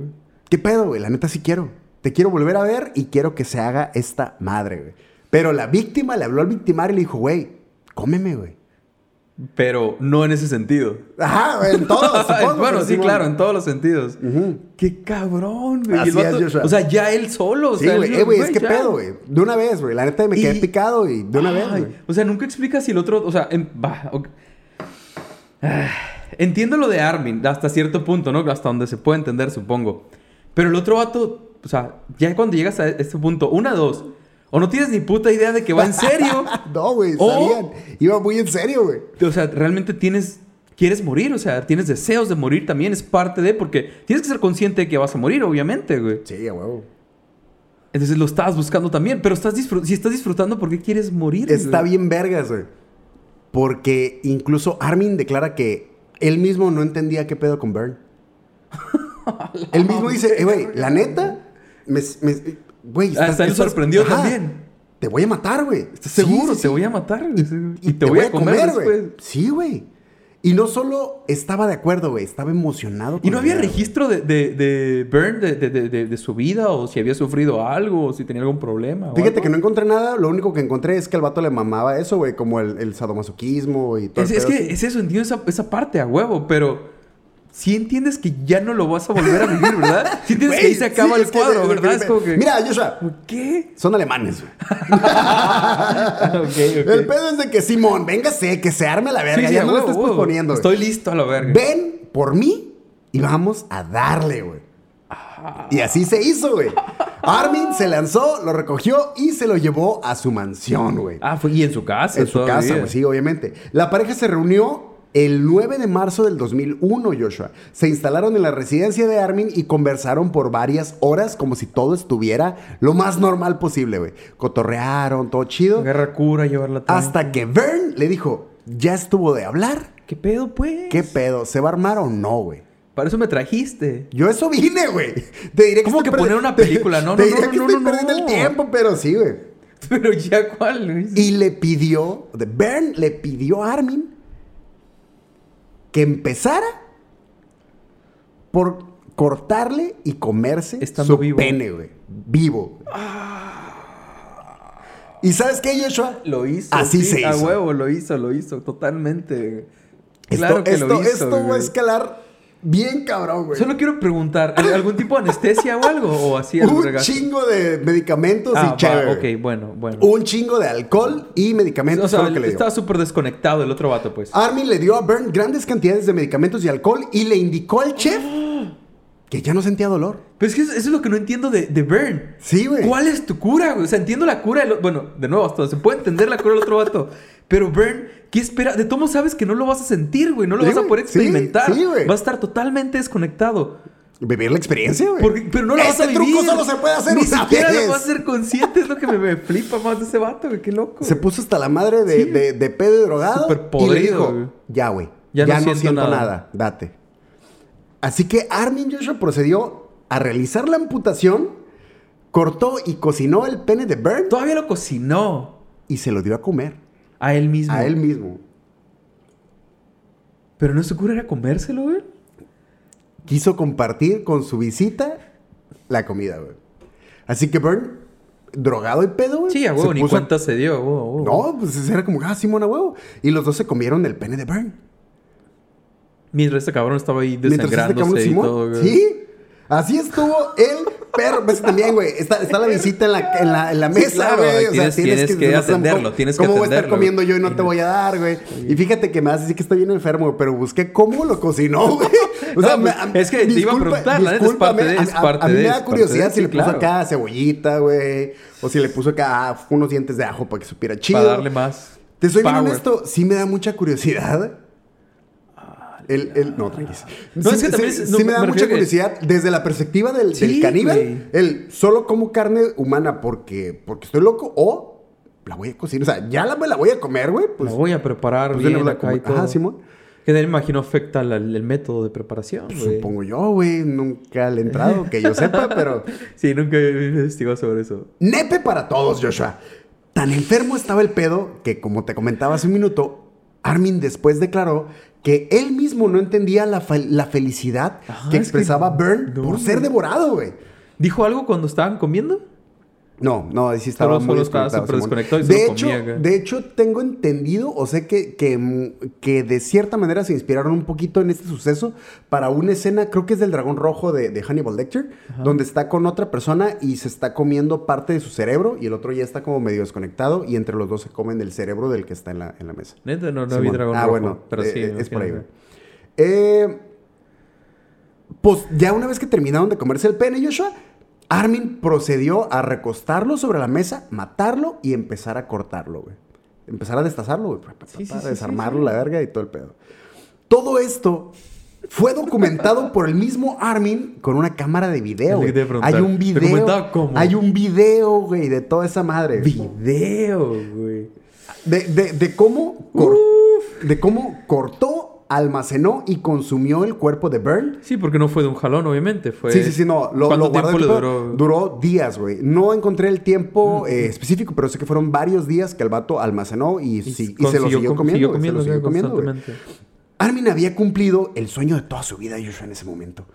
Speaker 3: ¿Qué pedo, güey? La neta sí quiero. Te quiero volver a ver y quiero que se haga esta madre, güey. Pero la víctima le habló al victimario y le dijo, güey, cómeme, güey.
Speaker 4: Pero no en ese sentido.
Speaker 3: Ajá, güey, en todo, supongo.
Speaker 4: bueno,
Speaker 3: pero
Speaker 4: sí,
Speaker 3: Simón.
Speaker 4: claro, en todos los sentidos. Qué cabrón, güey. Y
Speaker 3: Así
Speaker 4: el vato-
Speaker 3: es, Joshua.
Speaker 4: O sea, ya él solo. O
Speaker 3: Sí,
Speaker 4: sea, él
Speaker 3: güey,
Speaker 4: no-
Speaker 3: eh, güey, es que
Speaker 4: ya.
Speaker 3: pedo, güey. De una vez, güey. La neta me quedé
Speaker 4: Y-
Speaker 3: picado y de una vez,
Speaker 4: Ay,
Speaker 3: güey.
Speaker 4: O sea, nunca explica si el otro. O sea, en- va, ok. Ah, Entiendo lo de Armin hasta cierto punto, ¿no? Hasta donde se puede entender, supongo. Pero el otro vato, o sea, ya cuando llegas a este punto, una, dos, o no tienes ni puta idea de que va en serio,
Speaker 3: No, güey,
Speaker 4: O-
Speaker 3: sabían. Iba muy en serio, güey.
Speaker 4: o sea, realmente tienes. Quieres morir, o sea, tienes deseos de morir también, es parte de. Porque tienes que ser consciente de que vas a morir, obviamente, güey.
Speaker 3: Sí, a huevo.
Speaker 4: Entonces lo estabas buscando también, pero estás disfrut- si estás disfrutando, ¿por qué quieres morir?
Speaker 3: Está
Speaker 4: güey?
Speaker 3: bien vergas, güey. Porque incluso Armin declara que él mismo no entendía qué pedo con Bern. él mismo dice, eh, güey, la neta, me, me- güey,
Speaker 4: Hasta él Ah, sorprendió también.
Speaker 3: Te voy a matar, güey.
Speaker 4: ¿Estás
Speaker 3: Sí,
Speaker 4: seguro?
Speaker 3: sí, sí.
Speaker 4: Te voy a matar, güey.
Speaker 3: Y, te, voy, a comer,
Speaker 4: después.
Speaker 3: güey. Sí, güey. Y no solo estaba de acuerdo, güey, estaba emocionado.
Speaker 4: ¿Y no
Speaker 3: con
Speaker 4: había
Speaker 3: la idea, güey.
Speaker 4: registro de, de, de Byrne de, de- de- de- de su vida? ¿O si había sufrido algo? ¿O si tenía algún problema? o
Speaker 3: Fíjate
Speaker 4: algo?
Speaker 3: que no encontré nada, lo único que encontré es que al vato le mamaba eso, güey, como el, el sadomasoquismo y todo.
Speaker 4: Es,
Speaker 3: el
Speaker 4: es
Speaker 3: pedo
Speaker 4: que es eso, entiendo esa, esa parte a huevo, pero... Si entiendes que ya no lo vas a volver a vivir, ¿verdad? Si entiendes que ahí se
Speaker 3: Güey,
Speaker 4: acaba
Speaker 3: sí,
Speaker 4: el
Speaker 3: es que-
Speaker 4: cuadro,
Speaker 3: es que-
Speaker 4: ¿verdad? Es como que...
Speaker 3: Mira, Joshua,
Speaker 4: ¿Qué?
Speaker 3: son alemanes, güey.
Speaker 4: Ah, ok, ok.
Speaker 3: El pedo es de que Simón, véngase, que se arme la
Speaker 4: Sí,
Speaker 3: verga.
Speaker 4: sí,
Speaker 3: ya
Speaker 4: a
Speaker 3: no lo
Speaker 4: huevo,
Speaker 3: estés
Speaker 4: huevo.
Speaker 3: posponiendo. güey.
Speaker 4: Estoy listo a la verga.
Speaker 3: Ven por mí y vamos a darle, güey. Y así se hizo, güey. Armin se lanzó, lo recogió y se lo llevó a su mansión, güey.
Speaker 4: Ah, fue y en su casa.
Speaker 3: en su
Speaker 4: todavía.
Speaker 3: casa, güey, sí, obviamente. La pareja se reunió el 9 de marzo del 2001, Joshua. Se instalaron en la residencia de Armin y conversaron por varias horas como si todo estuviera lo más normal posible, güey. Cotorrearon, todo chido.
Speaker 4: Agarra cura, llevarla atrás.
Speaker 3: Hasta que Vern le dijo, ya estuvo de hablar.
Speaker 4: ¿Qué pedo, pues?
Speaker 3: ¿Qué pedo? ¿Se va a armar o no, güey?
Speaker 4: Para eso me trajiste.
Speaker 3: Yo eso vine, güey. Te diré
Speaker 4: ¿Cómo
Speaker 3: estoy
Speaker 4: que poner
Speaker 3: perdi-
Speaker 4: una película? No,
Speaker 3: te
Speaker 4: no,
Speaker 3: diré
Speaker 4: no,
Speaker 3: que
Speaker 4: no,
Speaker 3: estoy
Speaker 4: no,
Speaker 3: perdiendo
Speaker 4: no.
Speaker 3: el tiempo, pero sí, güey.
Speaker 4: Pero ya cuál, Luis.
Speaker 3: Y le pidió, de Bern le pidió a Armin que empezara por cortarle y comerse
Speaker 4: Estando
Speaker 3: su
Speaker 4: vivo.
Speaker 3: pene, güey. Vivo. ¿Y sabes qué, Joshua?
Speaker 4: Lo hizo.
Speaker 3: Así
Speaker 4: sí,
Speaker 3: se
Speaker 4: A
Speaker 3: hizo.
Speaker 4: huevo, lo hizo, lo hizo, totalmente.
Speaker 3: Esto,
Speaker 4: Claro que
Speaker 3: esto,
Speaker 4: lo hizo.
Speaker 3: esto va a
Speaker 4: güey.
Speaker 3: escalar bien cabrón, güey.
Speaker 4: Solo quiero preguntar, ¿al- ¿algún tipo de anestesia o algo? ¿O así algo
Speaker 3: Un
Speaker 4: regazo?
Speaker 3: chingo de medicamentos
Speaker 4: Ah,
Speaker 3: y
Speaker 4: va,
Speaker 3: chévere.
Speaker 4: ok, bueno, bueno.
Speaker 3: Un chingo de alcohol y medicamentos.
Speaker 4: o sea,
Speaker 3: fue lo que le dio. Ah.
Speaker 4: estaba súper desconectado el otro vato, pues.
Speaker 3: Armin le dio a Bern grandes cantidades de medicamentos y alcohol y le indicó al chef que ya no sentía dolor.
Speaker 4: Pero es que eso, eso es lo que no entiendo de, de Bern.
Speaker 3: Sí, güey.
Speaker 4: ¿Cuál es tu cura, güey? O sea, entiendo la cura. del o- bueno, de nuevo, hasta se puede entender la cura del otro vato. Pero Bern, ¿qué espera? De tomo sabes que no lo vas a sentir, güey. No lo
Speaker 3: Sí,
Speaker 4: vas a
Speaker 3: güey.
Speaker 4: poder
Speaker 3: Sí,
Speaker 4: experimentar.
Speaker 3: sí, güey.
Speaker 4: vas a estar totalmente desconectado.
Speaker 3: Vivir la experiencia, güey.
Speaker 4: Porque- pero no lo vas a
Speaker 3: Este
Speaker 4: vivir.
Speaker 3: truco solo se puede hacer
Speaker 4: Ni
Speaker 3: una
Speaker 4: siquiera
Speaker 3: vez.
Speaker 4: lo vas a hacer consciente. Es lo que me, me flipa más de ese vato, güey. Qué loco.
Speaker 3: Se puso hasta la madre de,
Speaker 4: Sí.
Speaker 3: de, de pedo y drogado.
Speaker 4: Súper
Speaker 3: y le
Speaker 4: podrido,
Speaker 3: dijo,
Speaker 4: güey.
Speaker 3: ya, güey. Ya,
Speaker 4: Ya no
Speaker 3: no, siento,
Speaker 4: siento
Speaker 3: nada.
Speaker 4: nada.
Speaker 3: Date. Así que Armin Joshua procedió a realizar la amputación, cortó y cocinó el pene de Bern
Speaker 4: Todavía lo cocinó
Speaker 3: y se lo dio a comer.
Speaker 4: a él mismo.
Speaker 3: A él mismo.
Speaker 4: Pero no su cura era comérselo, güey.
Speaker 3: quiso compartir con su visita la comida, güey. Así que Bern, drogado y pedo, güey.
Speaker 4: Sí, a huevo,
Speaker 3: se
Speaker 4: ni
Speaker 3: puso-
Speaker 4: cuenta se dio, a huevo, a huevo.
Speaker 3: No, pues era como, ah, Simón, a huevo. Y los dos se comieron el pene de Bern.
Speaker 4: Mientras este cabrón estaba ahí
Speaker 3: Mientras este cabrón
Speaker 4: desangrándose y
Speaker 3: Simón.
Speaker 4: todo, güey.
Speaker 3: sí. Así estuvo el perro. Ves también, güey. Está, está la visita en la, en la, en la
Speaker 4: Sí,
Speaker 3: mesa,
Speaker 4: claro,
Speaker 3: güey.
Speaker 4: ahí tienes- tienes que
Speaker 3: no sé,
Speaker 4: atenderlo,
Speaker 3: ¿cómo-
Speaker 4: tienes que
Speaker 3: ¿Cómo voy a estar
Speaker 4: atenderlo,
Speaker 3: comiendo yo y no
Speaker 4: güey?
Speaker 3: te voy a dar, güey? Y fíjate que me hace así que estoy bien enfermo, pero busqué cómo lo cocinó, güey. O sea,
Speaker 4: No,
Speaker 3: me-
Speaker 4: pues, es que te iba a preguntar, la neta, es parte de-
Speaker 3: discúlpame,
Speaker 4: es
Speaker 3: a- a-
Speaker 4: parte
Speaker 3: A mí
Speaker 4: de-
Speaker 3: me
Speaker 4: es
Speaker 3: da
Speaker 4: parte
Speaker 3: curiosidad
Speaker 4: de,
Speaker 3: si
Speaker 4: sí,
Speaker 3: le puso
Speaker 4: claro.
Speaker 3: acá cebollita, güey. O si le puso acá unos dientes de ajo para que supiera chido.
Speaker 4: Para darle más.
Speaker 3: Te soy bien
Speaker 4: power.
Speaker 3: honesto, sí me da mucha curiosidad. El, el, no, tranquilo.
Speaker 4: Ah, No,
Speaker 3: sí,
Speaker 4: es que también
Speaker 3: sí-
Speaker 4: es- no,
Speaker 3: sí me
Speaker 4: me
Speaker 3: da
Speaker 4: refiero
Speaker 3: mucha
Speaker 4: que-
Speaker 3: curiosidad desde la perspectiva del, del
Speaker 4: Sí,
Speaker 3: caníbal.
Speaker 4: güey.
Speaker 3: El solo como carne humana porque, porque estoy loco o la voy a cocinar. O sea, ya la, me la voy a comer, güey. Pues,
Speaker 4: Lo voy a preparar
Speaker 3: pues,
Speaker 4: bien
Speaker 3: démosla
Speaker 4: acá y
Speaker 3: como- Ajá,
Speaker 4: todo.
Speaker 3: Simón.
Speaker 4: Que de ahí me imagino afecta la- el método de preparación, güey.
Speaker 3: Supongo yo, güey. Nunca le he entrado, que yo sepa, pero...
Speaker 4: Sí, nunca he investigado sobre eso.
Speaker 3: Nepe para todos, Joshua. Tan enfermo estaba el pedo que, como te comentaba hace un minuto, Armin después declaró que él mismo no entendía la, fel- la felicidad
Speaker 4: Ajá,
Speaker 3: que
Speaker 4: Ah, es que
Speaker 3: expresaba Bern
Speaker 4: no,
Speaker 3: por ser
Speaker 4: güey.
Speaker 3: devorado, güey.
Speaker 4: ¿Dijo algo cuando estaban comiendo?
Speaker 3: No, no, ahí sí estaba
Speaker 4: Solo-
Speaker 3: muy
Speaker 4: solo estaba
Speaker 3: desconectado,
Speaker 4: súper
Speaker 3: Simón.
Speaker 4: desconectado y
Speaker 3: de
Speaker 4: solo
Speaker 3: hecho,
Speaker 4: comía, güey.
Speaker 3: De hecho, tengo entendido, o sé que, que, mm, que de cierta manera se inspiraron un poquito en este suceso para una escena, creo que es del Dragón Rojo de, de Hannibal Lecter, donde está con otra persona y se está comiendo parte de su cerebro y el otro ya está como medio desconectado y entre los dos se comen el cerebro del que está en la, en la mesa.
Speaker 4: Neta, no, no
Speaker 3: Simón.
Speaker 4: vi dragón
Speaker 3: Ah,
Speaker 4: rojo,
Speaker 3: bueno,
Speaker 4: pero
Speaker 3: eh,
Speaker 4: sí.
Speaker 3: eh, es por ahí, güey.
Speaker 4: imagínate.
Speaker 3: Eh, pues ya una vez que terminaron de comerse el pene, Joshua, Armin procedió a recostarlo sobre la mesa, matarlo y empezar a cortarlo, güey. Empezar a destazarlo, güey. pa, pa,
Speaker 4: Sí, sí,
Speaker 3: pa,
Speaker 4: sí, sí,
Speaker 3: desarmarlo,
Speaker 4: sí.
Speaker 3: la verga y todo el pedo. Todo esto fue documentado por el mismo Armin con una cámara de video.
Speaker 4: Es lo
Speaker 3: güey.
Speaker 4: que te iba a preguntar.
Speaker 3: Hay un video.
Speaker 4: ¿Documentado cómo?
Speaker 3: Hay un video, güey, de toda esa madre.
Speaker 4: Video, güey.
Speaker 3: De, de- de cómo cor- de cómo cortó, almacenó y consumió el cuerpo de Bern.
Speaker 4: Sí, porque no fue de un jalón, obviamente. Fue...
Speaker 3: Sí, sí, sí, no. Lo,
Speaker 4: Pues, ¿Cuánto
Speaker 3: lo guardé
Speaker 4: tiempo le
Speaker 3: ocupado.
Speaker 4: duró?
Speaker 3: Duró días, güey. No encontré el tiempo eh, específico, pero sé que fueron varios días que el vato almacenó y, sí- y se lo
Speaker 4: consiguió
Speaker 3: siguió
Speaker 4: com-
Speaker 3: comiendo.
Speaker 4: siguió
Speaker 3: güey, se lo
Speaker 4: comiendo,
Speaker 3: siguió
Speaker 4: sí,
Speaker 3: comiendo, güey.
Speaker 4: constantemente.
Speaker 3: Armin había cumplido el sueño de toda su vida, Joshua, en ese momento.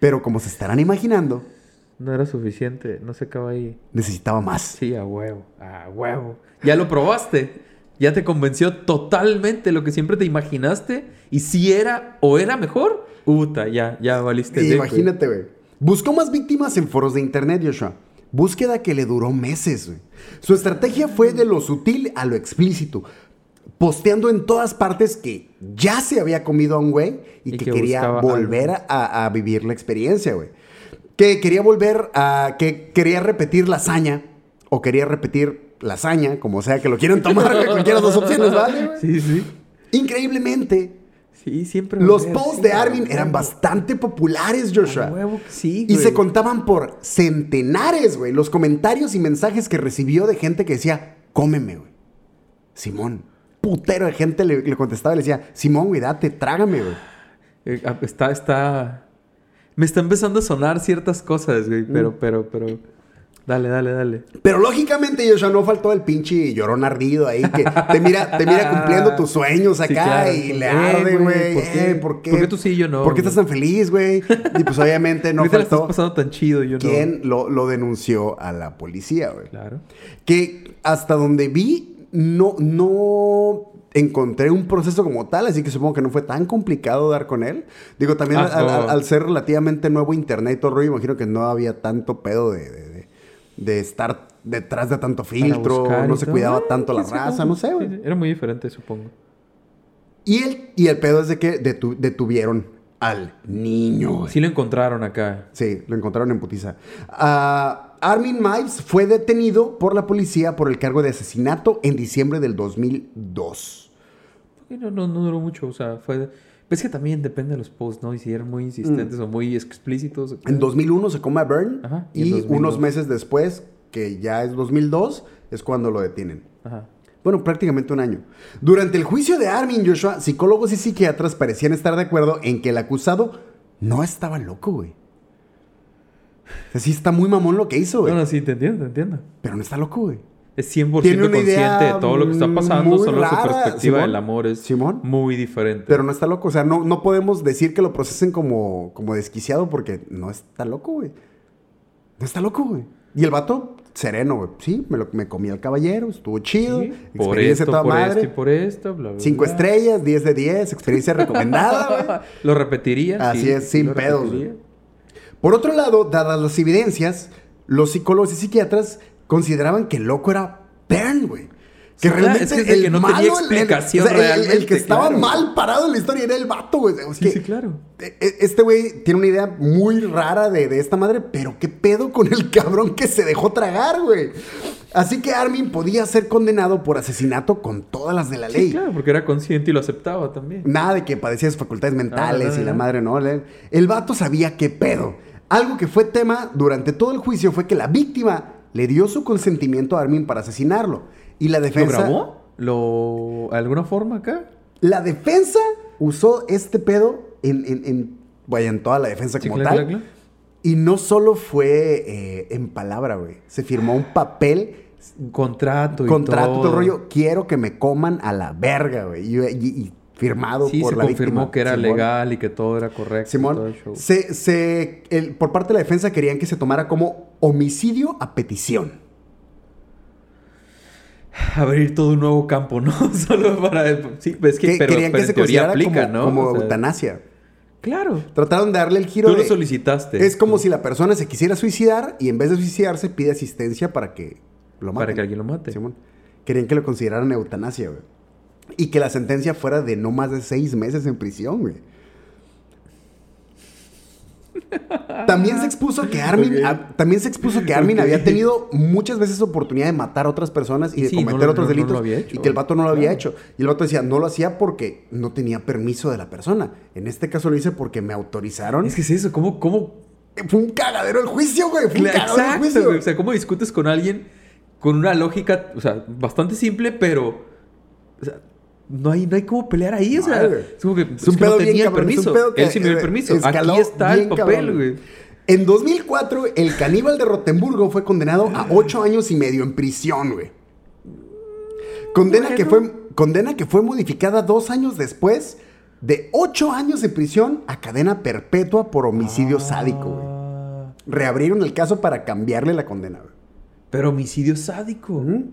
Speaker 3: Pero como se estarán imaginando,
Speaker 4: No era suficiente, no se acaba ahí.
Speaker 3: necesitaba más.
Speaker 4: Sí, a huevo, a huevo. Ya lo probaste. Ya te convenció totalmente lo que siempre te imaginaste. Y si era o era mejor, puta, ya, ya valiste. de, güey.
Speaker 3: Imagínate, güey. Buscó más víctimas en foros de internet, Joshua. Búsqueda que le duró meses, güey. Su estrategia fue de lo sutil a lo explícito. Posteando en todas partes que ya se había comido a un güey y,
Speaker 4: Y
Speaker 3: que,
Speaker 4: que
Speaker 3: quería
Speaker 4: buscaba
Speaker 3: volver a, a vivir la experiencia, güey. Que quería volver a. que quería repetir la hazaña o quería repetir la hazaña, como sea que lo quieran tomar, güey. Cualquiera de las dos opciones, ¿vale? güey?
Speaker 4: Sí, sí.
Speaker 3: Increíblemente,
Speaker 4: Sí, siempre.
Speaker 3: los
Speaker 4: volver,
Speaker 3: posts
Speaker 4: sí,
Speaker 3: de
Speaker 4: a
Speaker 3: Armin eran
Speaker 4: huevo.
Speaker 3: bastante populares,
Speaker 4: A
Speaker 3: Joshua.
Speaker 4: huevo que sí,
Speaker 3: Y
Speaker 4: güey.
Speaker 3: se contaban por centenares, güey, los comentarios y mensajes que recibió de gente que decía, cómeme, güey. Simón. Putero de gente le, le contestaba y le decía, Simón, güey, date, trágame, güey.
Speaker 4: Eh, ah, está, está. Me está empezando a sonar ciertas cosas,
Speaker 3: Mm.
Speaker 4: güey. Pero, pero, pero. Dale, dale, dale.
Speaker 3: Pero lógicamente, Joshua, no faltó el pinche llorón ardido ahí que te mira, te mira cumpliendo tus sueños acá
Speaker 4: Sí, claro.
Speaker 3: y le
Speaker 4: Eh,
Speaker 3: arde, güey.
Speaker 4: güey, ¿por qué?
Speaker 3: Eh, ¿por, qué?
Speaker 4: ¿Por qué tú sí y yo no,
Speaker 3: ¿Por qué
Speaker 4: güey?
Speaker 3: estás tan feliz, güey? Y pues obviamente no
Speaker 4: Ahorita la estás
Speaker 3: faltó
Speaker 4: pasando tan chido, yo no.
Speaker 3: quien lo, lo denunció a la policía, güey.
Speaker 4: Claro.
Speaker 3: Que hasta donde vi, no, no encontré un proceso como tal, así que supongo que no fue tan complicado dar con él. Digo, también
Speaker 4: Ah,
Speaker 3: al, al-
Speaker 4: no.
Speaker 3: al ser relativamente nuevo internet y todo el rollo, imagino que no había tanto pedo de, de- de- de estar detrás de tanto filtro,
Speaker 4: buscar
Speaker 3: no
Speaker 4: y
Speaker 3: se
Speaker 4: todo.
Speaker 3: cuidaba
Speaker 4: Ah,
Speaker 3: tanto la
Speaker 4: sí,
Speaker 3: raza,
Speaker 4: supongo.
Speaker 3: no sé,
Speaker 4: Sí,
Speaker 3: güey.
Speaker 4: sí, Era muy diferente, supongo.
Speaker 3: Y el, y el pedo es de que detu- detuvieron al niño, güey.
Speaker 4: Sí lo encontraron acá.
Speaker 3: Sí, lo encontraron en Putiza. Ah, Armin Mives fue detenido por la policía por el cargo de asesinato en diciembre del 2002.
Speaker 4: Porque No, no, no duró mucho, o sea, fue... pues Es que también depende de los posts, ¿no? Y si eran muy
Speaker 3: Mm.
Speaker 4: insistentes o muy explícitos.
Speaker 3: En 2001 se come a Byrne
Speaker 4: Ajá, y en
Speaker 3: y
Speaker 4: 2002.
Speaker 3: unos meses después, que ya es 2002, es cuando lo detienen.
Speaker 4: Ajá.
Speaker 3: Bueno, prácticamente un año. Durante el juicio de Armin Joshua, psicólogos y psiquiatras parecían estar de acuerdo en que el acusado no estaba loco, güey. O sea, sí está muy mamón lo que hizo, güey.
Speaker 4: Bueno, sí, te entiendo, te entiendo.
Speaker 3: Pero no está loco, güey.
Speaker 4: Es 100%
Speaker 3: Tiene una
Speaker 4: consciente
Speaker 3: idea
Speaker 4: de todo lo que está pasando,
Speaker 3: muy
Speaker 4: solo su
Speaker 3: rara,
Speaker 4: perspectiva
Speaker 3: Simón.
Speaker 4: del amor es
Speaker 3: Simón.
Speaker 4: muy diferente.
Speaker 3: Pero no está loco. O sea, no, no podemos decir que lo procesen como, como desquiciado porque no está loco, güey. No está loco, güey. Y el vato, sereno, güey. Sí, me, lo, me comí al caballero, estuvo chido.
Speaker 4: Sí, Por
Speaker 3: Experiencia
Speaker 4: esto,
Speaker 3: toda
Speaker 4: por este
Speaker 3: madre.
Speaker 4: esto y por esto, bla, bla,
Speaker 3: Cinco
Speaker 4: bla.
Speaker 3: estrellas, 10 de 10, experiencia recomendada, güey.
Speaker 4: Lo repetiría.
Speaker 3: Así
Speaker 4: sí,
Speaker 3: es,
Speaker 4: sí
Speaker 3: sin
Speaker 4: lo
Speaker 3: pedos,
Speaker 4: repetiría.
Speaker 3: güey. Por otro lado, dadas las evidencias, los psicólogos y psiquiatras consideraban que el loco era Bern, güey. Que
Speaker 4: Sí, claro,
Speaker 3: realmente
Speaker 4: es que es de
Speaker 3: el
Speaker 4: que no tenía
Speaker 3: malo, el-
Speaker 4: explicación
Speaker 3: el, o sea, el- el- el que
Speaker 4: realmente,
Speaker 3: estaba
Speaker 4: claro.
Speaker 3: mal parado en la historia era el vato, güey. Es
Speaker 4: Sí,
Speaker 3: que
Speaker 4: sí, claro.
Speaker 3: e- e- Este güey tiene una idea muy rara de, de esta madre, pero qué pedo con el cabrón que se dejó tragar, güey. Así que Armin podía ser condenado por asesinato con todas las de la ley.
Speaker 4: Sí, claro, porque era consciente y lo aceptaba también.
Speaker 3: Nada de que padecía sus facultades mentales
Speaker 4: Ah, no,
Speaker 3: y la
Speaker 4: no.
Speaker 3: madre no. Le- El vato sabía qué pedo. Algo que fue tema durante todo el juicio fue que la víctima le dio su consentimiento a Armin para asesinarlo. Y la
Speaker 4: ¿Lo
Speaker 3: defensa.
Speaker 4: grabó? ¿Lo... ¿Alguna forma acá?
Speaker 3: La defensa usó este pedo en. en, en- vaya, en toda la defensa
Speaker 4: Sí,
Speaker 3: como
Speaker 4: claro,
Speaker 3: tal.
Speaker 4: claro, claro.
Speaker 3: Y no solo fue eh, en palabra, güey. Se firmó un papel
Speaker 4: Contrato y
Speaker 3: contrato,
Speaker 4: todo.
Speaker 3: todo el rollo. Quiero que me coman a la verga, güey. Y, y- y firmado
Speaker 4: Sí,
Speaker 3: por
Speaker 4: se
Speaker 3: la
Speaker 4: confirmó
Speaker 3: víctima.
Speaker 4: que era
Speaker 3: Simón.
Speaker 4: legal y que todo era correcto. y todo
Speaker 3: Simón,
Speaker 4: el show.
Speaker 3: se, se- el- por parte de la defensa querían que se tomara como homicidio a petición.
Speaker 4: Abrir todo un nuevo campo, ¿no? Solo para. Sí, es que.
Speaker 3: Que-
Speaker 4: pero,
Speaker 3: querían
Speaker 4: pero
Speaker 3: que se
Speaker 4: en teoría
Speaker 3: considerara
Speaker 4: aplica,
Speaker 3: como,
Speaker 4: ¿no?
Speaker 3: como
Speaker 4: O sea,
Speaker 3: eutanasia.
Speaker 4: Claro.
Speaker 3: Trataron de darle el giro
Speaker 4: Tú lo
Speaker 3: de-
Speaker 4: solicitaste.
Speaker 3: eh, Es como si la persona se quisiera suicidar y en vez de suicidarse pide asistencia para que lo maten.
Speaker 4: Para que alguien lo mate.
Speaker 3: Simón. Querían que lo consideraran eutanasia, güey. Y que la sentencia fuera de no más de seis meses en prisión, güey. También se expuso que Armin,
Speaker 4: Ok.
Speaker 3: a- también se expuso que Armin
Speaker 4: Ok.
Speaker 3: había tenido muchas veces oportunidad de matar a otras personas y de
Speaker 4: Sí, no
Speaker 3: cometer
Speaker 4: lo-
Speaker 3: otros
Speaker 4: no- no lo
Speaker 3: delitos
Speaker 4: había hecho,
Speaker 3: y que el vato no lo había
Speaker 4: claro.
Speaker 3: hecho. Y el vato decía, no lo hacía porque no tenía permiso de la persona. En este caso lo hice porque me autorizaron.
Speaker 4: Es que es eso, ¿cómo.? cómo...
Speaker 3: Fue un cagadero el juicio, güey. Fue un cagadero el
Speaker 4: Exacto,
Speaker 3: juicio.
Speaker 4: güey. O sea, ¿cómo discutes con alguien con una lógica, o sea, bastante simple, pero. O sea, no hay, no hay cómo pelear ahí, o sea,
Speaker 3: No, güey.
Speaker 4: es como que,
Speaker 3: Es un
Speaker 4: es que
Speaker 3: pedo
Speaker 4: no
Speaker 3: bien
Speaker 4: tenía
Speaker 3: cabrón, es un
Speaker 4: permiso.
Speaker 3: pedo que,
Speaker 4: Él sí me dio
Speaker 3: eh,
Speaker 4: el permiso.
Speaker 3: escaló
Speaker 4: Aquí está el
Speaker 3: bien
Speaker 4: papel,
Speaker 3: cabrón.
Speaker 4: güey.
Speaker 3: En 2004, el caníbal de Rotemburgo fue condenado a ocho años y medio en prisión, güey. Condena, que fue,
Speaker 4: Bueno.
Speaker 3: condena que fue modificada dos años después de ocho años de prisión a cadena perpetua por homicidio sádico, güey.
Speaker 4: Ah,
Speaker 3: Reabrieron el caso para cambiarle la condena, güey.
Speaker 4: Pero homicidio sádico.
Speaker 3: Ujú.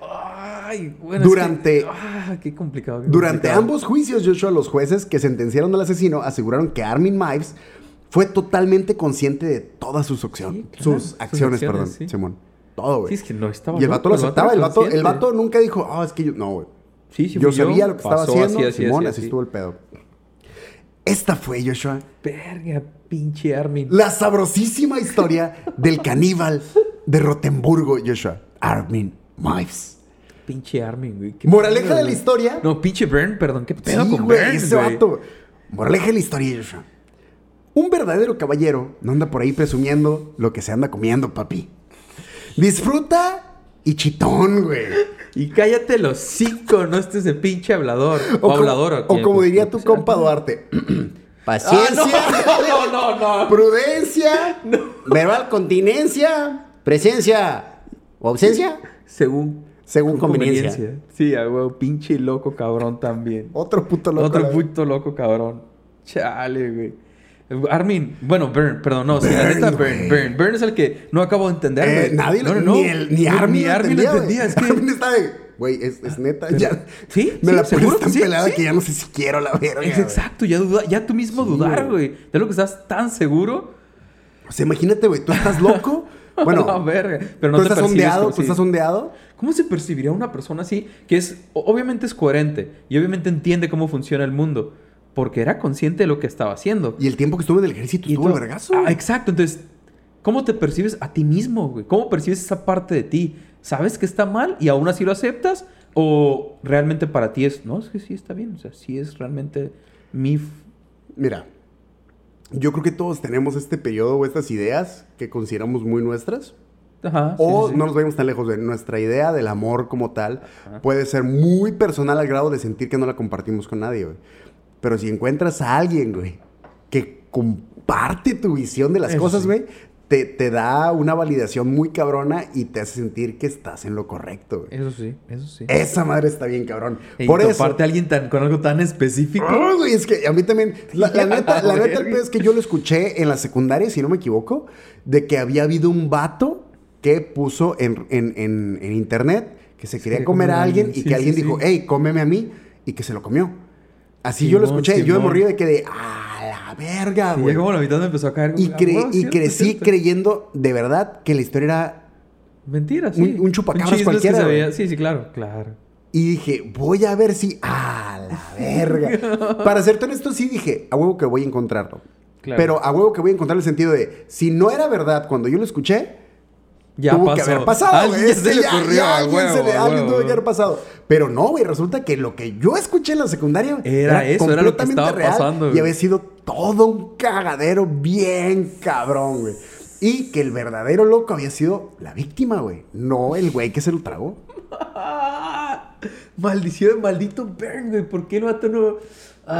Speaker 4: Ay, bueno. es
Speaker 3: Durante-
Speaker 4: que- ah, qué complicado. qué
Speaker 3: Durante
Speaker 4: complicado.
Speaker 3: ambos juicios, Joshua, los jueces que sentenciaron al asesino aseguraron que Armin Mives fue totalmente consciente de todas sus, opcio-
Speaker 4: Sí, claro,
Speaker 3: sus
Speaker 4: sus
Speaker 3: acciones,
Speaker 4: acciones,
Speaker 3: perdón,
Speaker 4: sí.
Speaker 3: Simón. Todo, güey.
Speaker 4: Sí, es que no estaba.
Speaker 3: y el vato lo
Speaker 4: loco,
Speaker 3: aceptaba, el
Speaker 4: era
Speaker 3: vato, el
Speaker 4: consciente.
Speaker 3: vato nunca dijo, ah, es que yo. No, güey.
Speaker 4: Sí, sí,
Speaker 3: yo
Speaker 4: fui
Speaker 3: sabía lo que estaba
Speaker 4: Pasó
Speaker 3: haciendo.
Speaker 4: así, así,
Speaker 3: Simón,
Speaker 4: así,
Speaker 3: así,
Speaker 4: así.
Speaker 3: estuvo el pedo. Esta fue, Joshua,
Speaker 4: Verga, pinche Armin.
Speaker 3: la sabrosísima historia del caníbal de Rotemburgo, Joshua. Armin Mives.
Speaker 4: Pinche Armin, güey. qué
Speaker 3: Moraleja
Speaker 4: pedo,
Speaker 3: de la
Speaker 4: güey.
Speaker 3: historia.
Speaker 4: No, pinche Bern, perdón. ¿Qué pedo
Speaker 3: Sí,
Speaker 4: con
Speaker 3: güey,
Speaker 4: Bern,
Speaker 3: ese
Speaker 4: güey?
Speaker 3: vato. Moraleja de la historia, Joshua. Un verdadero caballero no anda por ahí presumiendo lo que se anda comiendo, papi. Disfruta y chitón, güey.
Speaker 4: Y cállate los cinco, no estés de pinche hablador. O,
Speaker 3: como-
Speaker 4: habladora.
Speaker 3: o como diría tu compa Duarte.
Speaker 4: ¡Ah,
Speaker 3: Paciencia.
Speaker 4: no! No, no, no.
Speaker 3: Prudencia. Verbal continencia. Presencia. ¿O ausencia?
Speaker 4: Según,
Speaker 3: Según conveniencia.
Speaker 4: Sí, a huevo, pinche loco cabrón también.
Speaker 3: Otro puto loco.
Speaker 4: Otro
Speaker 3: la-
Speaker 4: puto loco cabrón. Chale, güey. Armin, bueno, Bern, perdón, no, sí, la
Speaker 3: Bern,
Speaker 4: neta,
Speaker 3: güey.
Speaker 4: Bern, Bern, Bern es el que no acabo de entender.
Speaker 3: Eh,
Speaker 4: güey.
Speaker 3: nadie lo
Speaker 4: No, no, no.
Speaker 3: Ni, el, ni Armin.
Speaker 4: Ni Armin
Speaker 3: güey.
Speaker 4: entendía, es que.
Speaker 3: Armin está de. Güey, es, es neta. Ya,
Speaker 4: Sí,
Speaker 3: Me
Speaker 4: sí,
Speaker 3: la
Speaker 4: seguro
Speaker 3: pones
Speaker 4: que
Speaker 3: tan
Speaker 4: sí,
Speaker 3: pelada
Speaker 4: sí.
Speaker 3: que ya no sé si quiero la verga.
Speaker 4: Es
Speaker 3: güey.
Speaker 4: exacto, ya, duda, ya tú mismo dudar, güey. Ya lo que estás tan seguro.
Speaker 3: O sea, imagínate, güey, tú estás loco. Bueno,
Speaker 4: No, verga, pero no
Speaker 3: tú
Speaker 4: te
Speaker 3: estás
Speaker 4: percibes
Speaker 3: ondeado,
Speaker 4: como
Speaker 3: tú
Speaker 4: si-
Speaker 3: estás ondeado.
Speaker 4: ¿Cómo se percibiría una persona así que es o- obviamente es coherente y obviamente entiende cómo funciona el mundo? Porque era consciente de lo que estaba haciendo.
Speaker 3: Y el tiempo que estuve en el ejército
Speaker 4: Y
Speaker 3: estuvo el
Speaker 4: tú-
Speaker 3: vergazo.
Speaker 4: Ah, exacto. Entonces, ¿cómo te percibes a ti mismo, güey? ¿Cómo percibes esa parte de ti? ¿Sabes que está mal y aún así lo aceptas? ¿O realmente para ti es, no, es que sí está bien? O sea, sí es realmente mi... f-
Speaker 3: Mira, yo creo que todos tenemos este periodo o estas ideas que consideramos muy nuestras.
Speaker 4: Ajá. sí,
Speaker 3: O
Speaker 4: sí, sí.
Speaker 3: no nos vayamos tan lejos de nuestra idea del amor como tal. Puede ser muy personal al grado de sentir que no la compartimos con nadie, güey. Pero si encuentras a alguien, güey, que comparte tu visión de las
Speaker 4: Eso
Speaker 3: cosas,
Speaker 4: sí.
Speaker 3: güey, te, te da una validación muy cabrona y te hace sentir que estás en lo correcto, güey.
Speaker 4: Eso sí, eso sí.
Speaker 3: Esa madre está bien, cabrón.
Speaker 4: Eh. Y
Speaker 3: Eh, Por eso.
Speaker 4: toparte a alguien tan, con algo tan específico.
Speaker 3: Ah, güey, es que a mí también. La, la neta, la neta, el
Speaker 4: Verga.
Speaker 3: pedo es que yo lo escuché en la secundaria, si no me equivoco, de que había habido un vato que puso en, en- en- en internet que se quería
Speaker 4: quería
Speaker 3: comer a alguien y
Speaker 4: sí,
Speaker 3: que alguien
Speaker 4: sí,
Speaker 3: dijo,
Speaker 4: sí.
Speaker 3: hey, cómeme a mí, y que se lo comió. Así yo lo
Speaker 4: Simón,
Speaker 3: escuché y yo me
Speaker 4: Simón.
Speaker 3: morí de que de, ah, la verga,
Speaker 4: y ya
Speaker 3: güey.
Speaker 4: como la mitad me empezó a caer.
Speaker 3: Y,
Speaker 4: como, ah,
Speaker 3: cre-
Speaker 4: huevo,
Speaker 3: y
Speaker 4: cierto,
Speaker 3: crecí
Speaker 4: cierto.
Speaker 3: creyendo de verdad que la historia era
Speaker 4: Mentira, sí.
Speaker 3: un- un chupacabras
Speaker 4: chisme es que
Speaker 3: cualquiera,
Speaker 4: se
Speaker 3: güey.
Speaker 4: veía- Sí, sí, claro, claro.
Speaker 3: Y dije, voy a ver si. ¡Ah, la verga! Para serte honesto, sí dije, a huevo que voy a encontrarlo.
Speaker 4: Claro.
Speaker 3: Pero a huevo que voy a encontrar el sentido de, si no era verdad cuando yo lo escuché,
Speaker 4: Ya
Speaker 3: tuvo
Speaker 4: pasó.
Speaker 3: que haber pasado.
Speaker 4: Alguien
Speaker 3: güey.
Speaker 4: se
Speaker 3: Sí,
Speaker 4: le
Speaker 3: ya-
Speaker 4: ocurrió.
Speaker 3: ya
Speaker 4: a
Speaker 3: alguien
Speaker 4: huevo,
Speaker 3: se le- alguien
Speaker 4: a huevo,
Speaker 3: tuvo que
Speaker 4: huevo.
Speaker 3: haber pasado. Pero no, güey, resulta que lo que yo escuché en la secundaria
Speaker 4: Era eso, era lo que estaba pasando,
Speaker 3: y
Speaker 4: güey.
Speaker 3: había sido todo un cagadero bien cabrón, güey. Y que el verdadero loco había sido la víctima, güey. No el güey que se lo tragó.
Speaker 4: ¡Ah! Maldición, maldito Bern, güey. ¿Por qué el vato no.?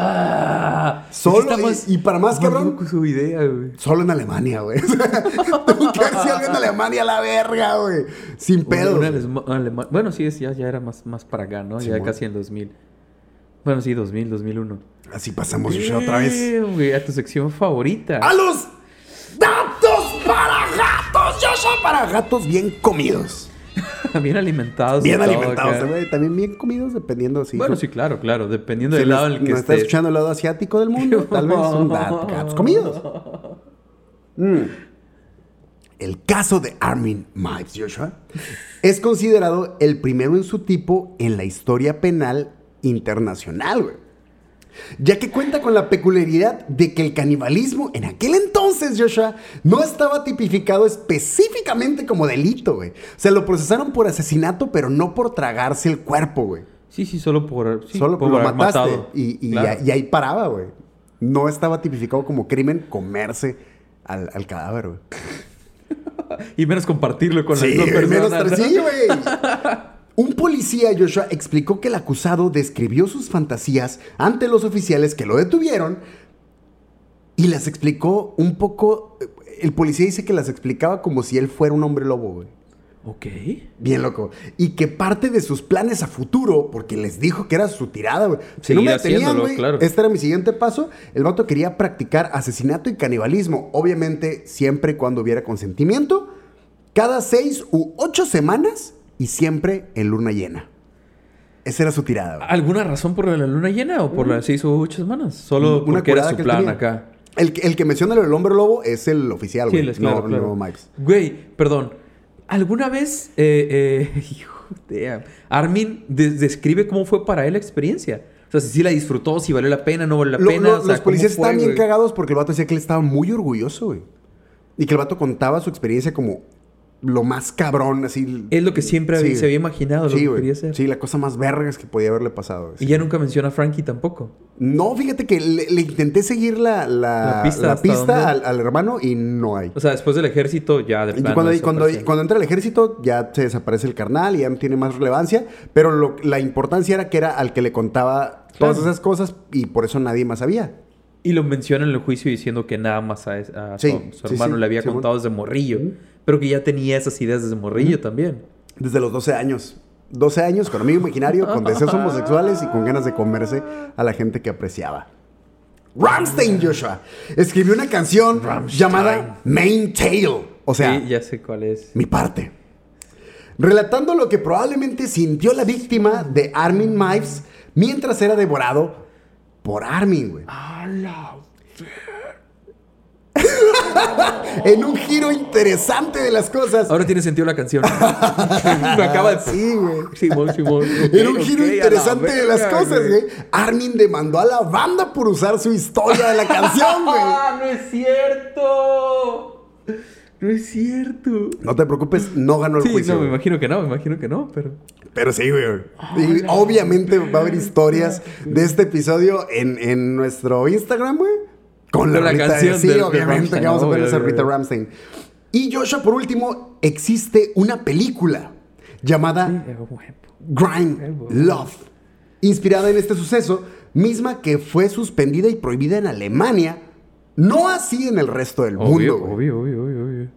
Speaker 4: ¡Ah!
Speaker 3: Solo
Speaker 4: Está
Speaker 3: y- y para más, cabrón.
Speaker 4: loco su idea, güey.
Speaker 3: Solo en Alemania, güey. O sea, Tuvo que haber sido algo en Alemania a la verga, güey. Sin pedo.
Speaker 4: Una alesma- alema- Bueno, sí, es, ya, ya era más, más para acá, ¿no? ya
Speaker 3: Simón.
Speaker 4: casi en 2000. Bueno, sí, 2000, 2001.
Speaker 3: Así pasamos Pues, ya otra vez. Ah.
Speaker 4: Damn, güey, a tu sección favorita.
Speaker 3: ¡A los datos para gatos! Yo soy para gatos bien comidos.
Speaker 4: bien alimentados. y
Speaker 3: Bien
Speaker 4: todo
Speaker 3: alimentados,
Speaker 4: acá.
Speaker 3: güey. También bien comidos dependiendo así.
Speaker 4: Bueno, sí, claro, claro. Dependiendo
Speaker 3: Si
Speaker 4: del lado
Speaker 3: nos-
Speaker 4: en el que
Speaker 3: nos está
Speaker 4: estés.
Speaker 3: escuchando el lado asiático del mundo, tal vez son dat- gatos comidos. Mm. El caso de Armin Miles Joshua es considerado el primero en su tipo en la historia penal internacional, güey. Ya que cuenta con la peculiaridad de que el canibalismo en aquel entonces, Joshua, no estaba tipificado específicamente como delito, güey. Se lo procesaron por asesinato, pero no por tragarse el cuerpo, güey.
Speaker 4: Sí, sí, solo por. sí,
Speaker 3: Solo
Speaker 4: por
Speaker 3: lo
Speaker 4: haber
Speaker 3: mataste.
Speaker 4: matado.
Speaker 3: Y, y-
Speaker 4: Claro.
Speaker 3: y ahí paraba, güey. No estaba tipificado como crimen comerse al, al cadáver, güey.
Speaker 4: Y menos compartirlo con las dos
Speaker 3: güey, menos
Speaker 4: personas. ¿no?
Speaker 3: tres- sí, güey. Un policía, Joshua, explicó que el acusado describió sus fantasías ante los oficiales que lo detuvieron y las explicó un poco. eh, El policía dice que las explicaba como si él fuera un hombre lobo, güey.
Speaker 4: Ok.
Speaker 3: Bien loco. Y que parte de sus planes a futuro, porque les dijo que era su tirada, güey. Si no
Speaker 4: Seguir
Speaker 3: me detenían,
Speaker 4: haciéndolo,
Speaker 3: güey,
Speaker 4: claro.
Speaker 3: este era mi siguiente paso. El vato quería practicar asesinato y canibalismo. Obviamente, siempre y cuando hubiera consentimiento. Cada seis u ocho semanas y siempre en luna llena. Esa era su tirada, güey.
Speaker 4: ¿Alguna razón por la luna llena o por las seis o ocho semanas? Solo porque era
Speaker 3: curada
Speaker 4: su
Speaker 3: que él
Speaker 4: plan
Speaker 3: tenía.
Speaker 4: acá.
Speaker 3: El, que- el que menciona el hombre lobo es el oficial,
Speaker 4: Sí,
Speaker 3: güey.
Speaker 4: les- claro,
Speaker 3: no,
Speaker 4: claro.
Speaker 3: no Mipes.
Speaker 4: Güey, perdón. ¿Alguna vez eh, eh, hijo, damn, Armin de- describe cómo fue para él la experiencia? O sea, si sí la disfrutó, si valió la pena, no valió la
Speaker 3: Lo-
Speaker 4: pena.
Speaker 3: lo-
Speaker 4: o sea,
Speaker 3: los
Speaker 4: ¿cómo
Speaker 3: policías
Speaker 4: fue,
Speaker 3: estaban bien
Speaker 4: güey?
Speaker 3: cagados porque el vato decía que él estaba muy orgulloso, güey. Y que el vato contaba su experiencia como lo más cabrón, así.
Speaker 4: Es lo que siempre
Speaker 3: Sí,
Speaker 4: había- se había
Speaker 3: güey.
Speaker 4: imaginado, lo
Speaker 3: Sí,
Speaker 4: que
Speaker 3: güey.
Speaker 4: quería ser.
Speaker 3: Sí, la cosa más vergas que podía haberle pasado. güey.
Speaker 4: Y ya nunca menciona a Frankie tampoco.
Speaker 3: No, fíjate que le, le intenté seguir la, la-
Speaker 4: La pista
Speaker 3: la
Speaker 4: hasta
Speaker 3: pista al,
Speaker 4: dónde.
Speaker 3: al hermano y no hay.
Speaker 4: O sea, después del ejército ya de
Speaker 3: Y
Speaker 4: plano
Speaker 3: cuando, y cuando,
Speaker 4: desapareció.
Speaker 3: y cuando entra el ejército ya se desaparece el carnal y ya no tiene más relevancia, pero lo- la importancia era que era al que le contaba todas
Speaker 4: Claro.
Speaker 3: esas cosas y por eso nadie más sabía.
Speaker 4: Y lo menciona en el juicio diciendo que nada más a, es- a
Speaker 3: Sí,
Speaker 4: su, su
Speaker 3: sí,
Speaker 4: hermano
Speaker 3: sí,
Speaker 4: le había
Speaker 3: Simón.
Speaker 4: contado desde morrillo. Pero que ya tenía esas ideas desde morrillo también.
Speaker 3: Desde los 12 años. 12 años con amigo imaginario, con deseos homosexuales y con ganas de comerse a la gente que apreciaba. Ramstein Joshua escribió una canción llamada Main Tail. O sea,
Speaker 4: sí, ya sé cuál es.
Speaker 3: mi parte. Relatando lo que probablemente sintió la víctima de Armin Mives mientras era devorado por Armin, güey. en un giro interesante de las cosas.
Speaker 4: Ahora tiene sentido la canción. Me acaba de...
Speaker 3: Sí, güey.
Speaker 4: Simón, Simón.
Speaker 3: Era un
Speaker 4: Ok,
Speaker 3: giro
Speaker 4: ok, a la
Speaker 3: interesante de las
Speaker 4: verga,
Speaker 3: cosas, ¿eh? güey. Armin demandó a la banda por usar su historia de la canción, güey.
Speaker 4: ¡Ah, no es cierto! No es cierto.
Speaker 3: No te preocupes, no ganó el
Speaker 4: Sí,
Speaker 3: juicio.
Speaker 4: no, me
Speaker 3: güey.
Speaker 4: imagino que no, me imagino que no, pero...
Speaker 3: Pero sí, güey. Y obviamente va a haber historias de este episodio en, en nuestro Instagram, güey. Con la,
Speaker 4: Con la
Speaker 3: rolita
Speaker 4: canción
Speaker 3: de, Sí,
Speaker 4: de- de
Speaker 3: obviamente,
Speaker 4: Rammstein,
Speaker 3: que vamos a
Speaker 4: obvio,
Speaker 3: poner esa
Speaker 4: obvio,
Speaker 3: Rita
Speaker 4: obvio.
Speaker 3: Ramstein. Y Joshua, por último, existe una película llamada
Speaker 4: Eh, güey,
Speaker 3: Grime Love, inspirada en este suceso, misma que fue suspendida y prohibida en Alemania, no así en el resto del mundo.
Speaker 4: Obvio,
Speaker 3: güey.
Speaker 4: obvio, obvio, obvio, obvio.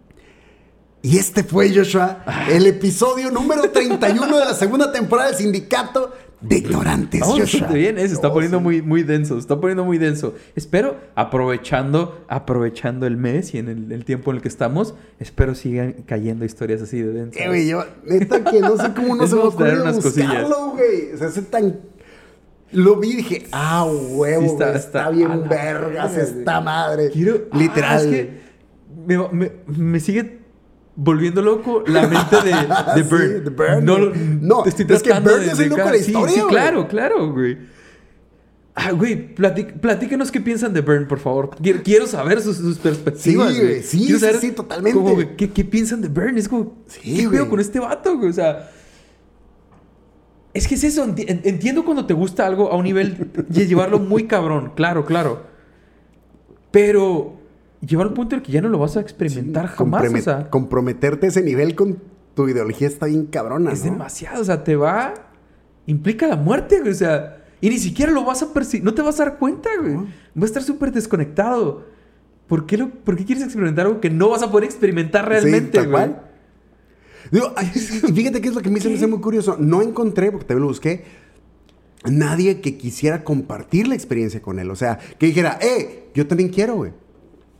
Speaker 3: Y este fue, Joshua, el episodio número 31 de la segunda temporada del Sindicato de Ignorantes,
Speaker 4: Vamos
Speaker 3: Joshua.
Speaker 4: bastante bien, eh, se está
Speaker 3: Oh,
Speaker 4: poniendo
Speaker 3: sí.
Speaker 4: muy, muy denso, se está poniendo muy denso. Espero, aprovechando, aprovechando el mes y en el, el tiempo en el que estamos, espero sigan cayendo historias así de densas.
Speaker 3: Eh, güey, yo, neta que no sé cómo no
Speaker 4: Les
Speaker 3: se me
Speaker 4: vamos a traer
Speaker 3: ocurrió
Speaker 4: unas cosillas.
Speaker 3: buscarlo, güey. Se hace tan... Lo vi y dije, ah, huevo,
Speaker 4: Sí, está-
Speaker 3: güey, está,
Speaker 4: está- a
Speaker 3: bien
Speaker 4: la
Speaker 3: vergas
Speaker 4: verga,
Speaker 3: esta
Speaker 4: güey.
Speaker 3: madre.
Speaker 4: Quiero-
Speaker 3: Literal.
Speaker 4: Ah, es que me, me- me sigue volviendo loco la mente de, de
Speaker 3: Sí,
Speaker 4: Bird.
Speaker 3: de Bird,
Speaker 4: No,
Speaker 3: güey.
Speaker 4: lo-
Speaker 3: No,
Speaker 4: te estoy
Speaker 3: es que
Speaker 4: tratando
Speaker 3: Bird
Speaker 4: de-
Speaker 3: es el
Speaker 4: de
Speaker 3: loco de la
Speaker 4: ca- sí,
Speaker 3: historia,
Speaker 4: Sí,
Speaker 3: güey.
Speaker 4: claro, claro, güey. Ah, güey, platí- platíquenos qué piensan de Burn, por favor. Quiero, quiero saber sus, sus perspectivas.
Speaker 3: Sí, güey,
Speaker 4: güey.
Speaker 3: sí,
Speaker 4: Quiero
Speaker 3: sí,
Speaker 4: saber
Speaker 3: sí, totalmente.
Speaker 4: como, güey, ¿qué, qué piensan de Burn? Es como,
Speaker 3: Sí,
Speaker 4: ¿qué
Speaker 3: güey.
Speaker 4: pedo con este vato, güey? O sea, es que es eso. enti- en- Entiendo cuando te gusta algo a un nivel y llevarlo muy cabrón. Claro, claro. Pero llevar al punto en el que ya no lo vas a experimentar jamás.
Speaker 3: Comprome-
Speaker 4: O sea,
Speaker 3: Comprometerte a ese nivel con tu ideología está bien cabrona,
Speaker 4: es
Speaker 3: ¿no?
Speaker 4: demasiado. O sea, te va. Implica la muerte, güey. O sea, y ni siquiera lo vas a percibir. No te vas a dar cuenta, güey.
Speaker 3: No.
Speaker 4: Va a estar súper desconectado. ¿Por qué, lo, ¿Por qué quieres experimentar algo que no vas a poder experimentar
Speaker 3: Sí,
Speaker 4: realmente,
Speaker 3: tal
Speaker 4: güey?
Speaker 3: cual. Digo, ay, y fíjate que es lo que a mí se me hace muy curioso. No encontré, porque también lo busqué, nadie que quisiera compartir la experiencia con él. O sea, que dijera, eh, yo también quiero, güey.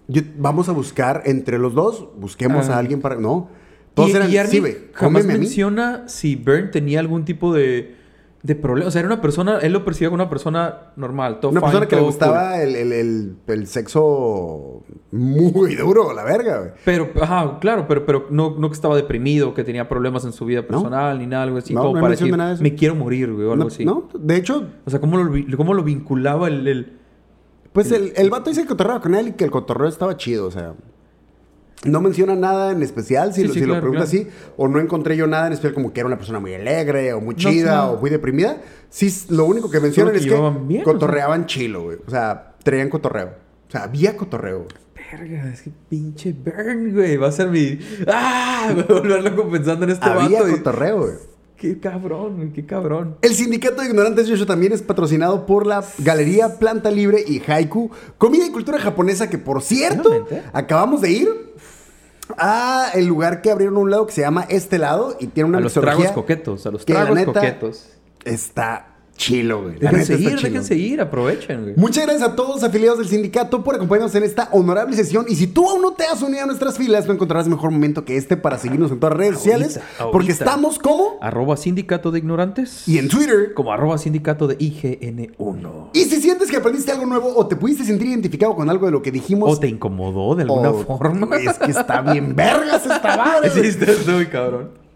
Speaker 3: Yo- vamos a buscar entre los dos, busquemos
Speaker 4: Ah.
Speaker 3: a alguien para. No. Todos
Speaker 4: y,
Speaker 3: eran,
Speaker 4: y Armin
Speaker 3: sí, güey,
Speaker 4: jamás
Speaker 3: cómeme a mí".
Speaker 4: menciona si Bern tenía algún tipo de, de problema. O sea, era una persona, él lo percibía como una persona normal. todo
Speaker 3: Una
Speaker 4: fine,
Speaker 3: persona que le
Speaker 4: todo
Speaker 3: gustaba el, el- el- el sexo muy duro, la verga, güey.
Speaker 4: cool. Pero, ajá, claro, pero, pero no, no que estaba deprimido, que tenía problemas en su vida personal ni nada, algo así.
Speaker 3: No,
Speaker 4: como
Speaker 3: no
Speaker 4: para
Speaker 3: menciona
Speaker 4: decir,
Speaker 3: nada de eso.
Speaker 4: me quiero morir, güey, o algo
Speaker 3: No,
Speaker 4: así.
Speaker 3: no, de hecho,
Speaker 4: O sea, ¿cómo lo, vi- cómo lo vinculaba el, el-
Speaker 3: Pues el, el vato dice que cotorreaba con él y que el cotorreo estaba chido, o sea. No menciona nada en especial, si,
Speaker 4: Sí,
Speaker 3: lo, si
Speaker 4: sí,
Speaker 3: lo
Speaker 4: claro,
Speaker 3: preguntas
Speaker 4: claro.
Speaker 3: así, o no encontré yo nada en especial como que era una persona muy alegre, o muy chida,
Speaker 4: no.
Speaker 3: o muy deprimida. Sí, s- lo único que mencionan
Speaker 4: que
Speaker 3: es que
Speaker 4: llevaban bien, o sea.
Speaker 3: cotorreaban chilo, güey. O sea, traían cotorreo. O sea, había cotorreo. güey.
Speaker 4: Verga, es que pinche Bern, güey. Va a ser mi. ¡Ah! Me voy a volver loco pensando en este
Speaker 3: había
Speaker 4: vato. y-
Speaker 3: cotorreo, güey.
Speaker 4: Qué cabrón, güey, qué cabrón.
Speaker 3: El Sindicato de Ignorantes Yosho también es patrocinado por la Galería Planta Libre y Haiku, comida y cultura japonesa que, por cierto,
Speaker 4: Nuevamente.
Speaker 3: acabamos de ir a el lugar que abrieron a un lado que se llama Este Lado y tiene una
Speaker 4: a los
Speaker 3: mixología
Speaker 4: tragos coquetos, a los
Speaker 3: que la
Speaker 4: tragos
Speaker 3: neta
Speaker 4: coquetos.
Speaker 3: Está chilo, güey. La neta
Speaker 4: Déjense
Speaker 3: está
Speaker 4: ir,
Speaker 3: chilo.
Speaker 4: déjense ir, aprovechen, güey.
Speaker 3: Muchas gracias a todos los afiliados del sindicato por acompañarnos en esta honorable sesión. Y si tú aún no te has unido a nuestras filas, no encontrarás mejor momento que este para seguirnos en todas las redes
Speaker 4: Ahorita,
Speaker 3: sociales. Porque
Speaker 4: ahorita.
Speaker 3: estamos como
Speaker 4: Arroba sindicato de ignorantes.
Speaker 3: y en Twitter
Speaker 4: Como arroba sindicato de IGN1.
Speaker 3: Y si sientes que aprendiste algo nuevo o te pudiste sentir identificado con algo de lo que dijimos.
Speaker 4: ¿O te incomodó de alguna
Speaker 3: o-
Speaker 4: forma?
Speaker 3: Es que está bien vergas esta madre.
Speaker 4: Sí,
Speaker 3: güey.
Speaker 4: está está muy cabrón.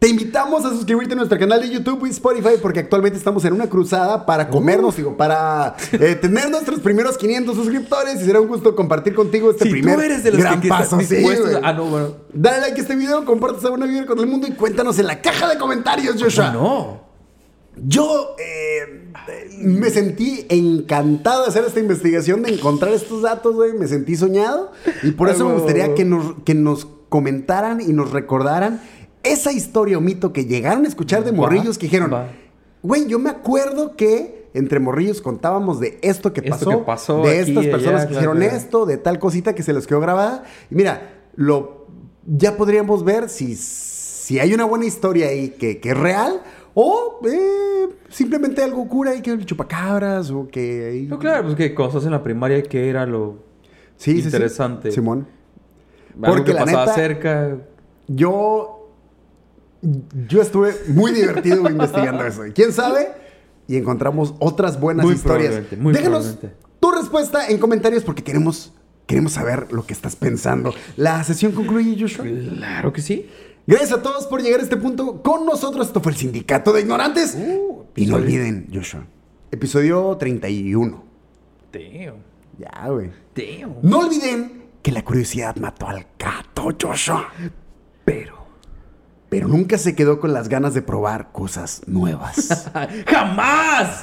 Speaker 3: Te invitamos a suscribirte a nuestro canal de YouTube y Spotify porque actualmente estamos en una cruzada para
Speaker 4: Uh.
Speaker 3: comernos, digo, para eh, tener nuestros primeros 500 suscriptores y será un gusto compartir contigo este
Speaker 4: Si
Speaker 3: primer
Speaker 4: tú eres de los
Speaker 3: gran
Speaker 4: que, que
Speaker 3: paso.
Speaker 4: estás
Speaker 3: sí,
Speaker 4: dispuesto
Speaker 3: güey.
Speaker 4: a- Ah, no, bueno.
Speaker 3: Dale like a este video, comparte a una vida con el mundo y cuéntanos en la caja de comentarios, Joshua.
Speaker 4: No.
Speaker 3: Yo eh, me sentí encantado de hacer esta investigación, de encontrar estos datos, güey. Me sentí soñado. Y por
Speaker 4: Ay,
Speaker 3: eso me
Speaker 4: huevo,
Speaker 3: gustaría
Speaker 4: huevo.
Speaker 3: que nos, que nos comentaran y nos recordaran esa historia o mito que llegaron a escuchar de
Speaker 4: Va,
Speaker 3: morrillos que dijeron,
Speaker 4: va.
Speaker 3: güey, yo me acuerdo que entre morrillos contábamos de esto que
Speaker 4: Esto
Speaker 3: pasó,
Speaker 4: que pasó
Speaker 3: de
Speaker 4: aquí
Speaker 3: estas
Speaker 4: y allá,
Speaker 3: personas que
Speaker 4: claro,
Speaker 3: hicieron
Speaker 4: claro.
Speaker 3: esto, de tal cosita que se les quedó grabada. Y mira, lo ya podríamos ver si, si hay una buena historia ahí que, que es real o eh, simplemente algo cura y que el chupacabras o que... ahí-
Speaker 4: No, claro, pues que cosas en la primaria que era lo.
Speaker 3: Sí, sí, sí.
Speaker 4: Interesante.
Speaker 3: Simón.
Speaker 4: Algo
Speaker 3: Porque
Speaker 4: que
Speaker 3: la
Speaker 4: pasaba
Speaker 3: neta-
Speaker 4: cerca.
Speaker 3: Yo. Yo estuve muy divertido investigando eso. Y quién sabe, y encontramos otras buenas
Speaker 4: Muy
Speaker 3: historias.
Speaker 4: probablemente, muy
Speaker 3: Déjanos
Speaker 4: probablemente.
Speaker 3: tu respuesta en comentarios porque queremos, queremos saber lo que estás pensando. La sesión concluye, Joshua.
Speaker 4: Claro que sí.
Speaker 3: Gracias a todos por llegar a este punto con nosotros. Esto fue el Sindicato de Ignorantes. y no
Speaker 4: episodio.
Speaker 3: olviden, Joshua. Episodio 31.
Speaker 4: Damn.
Speaker 3: Ya, güey.
Speaker 4: Damn.
Speaker 3: No olviden que la curiosidad mató al gato, Joshua.
Speaker 4: Pero.
Speaker 3: pero nunca se quedó con las ganas de probar cosas nuevas.
Speaker 4: ¡Jamás!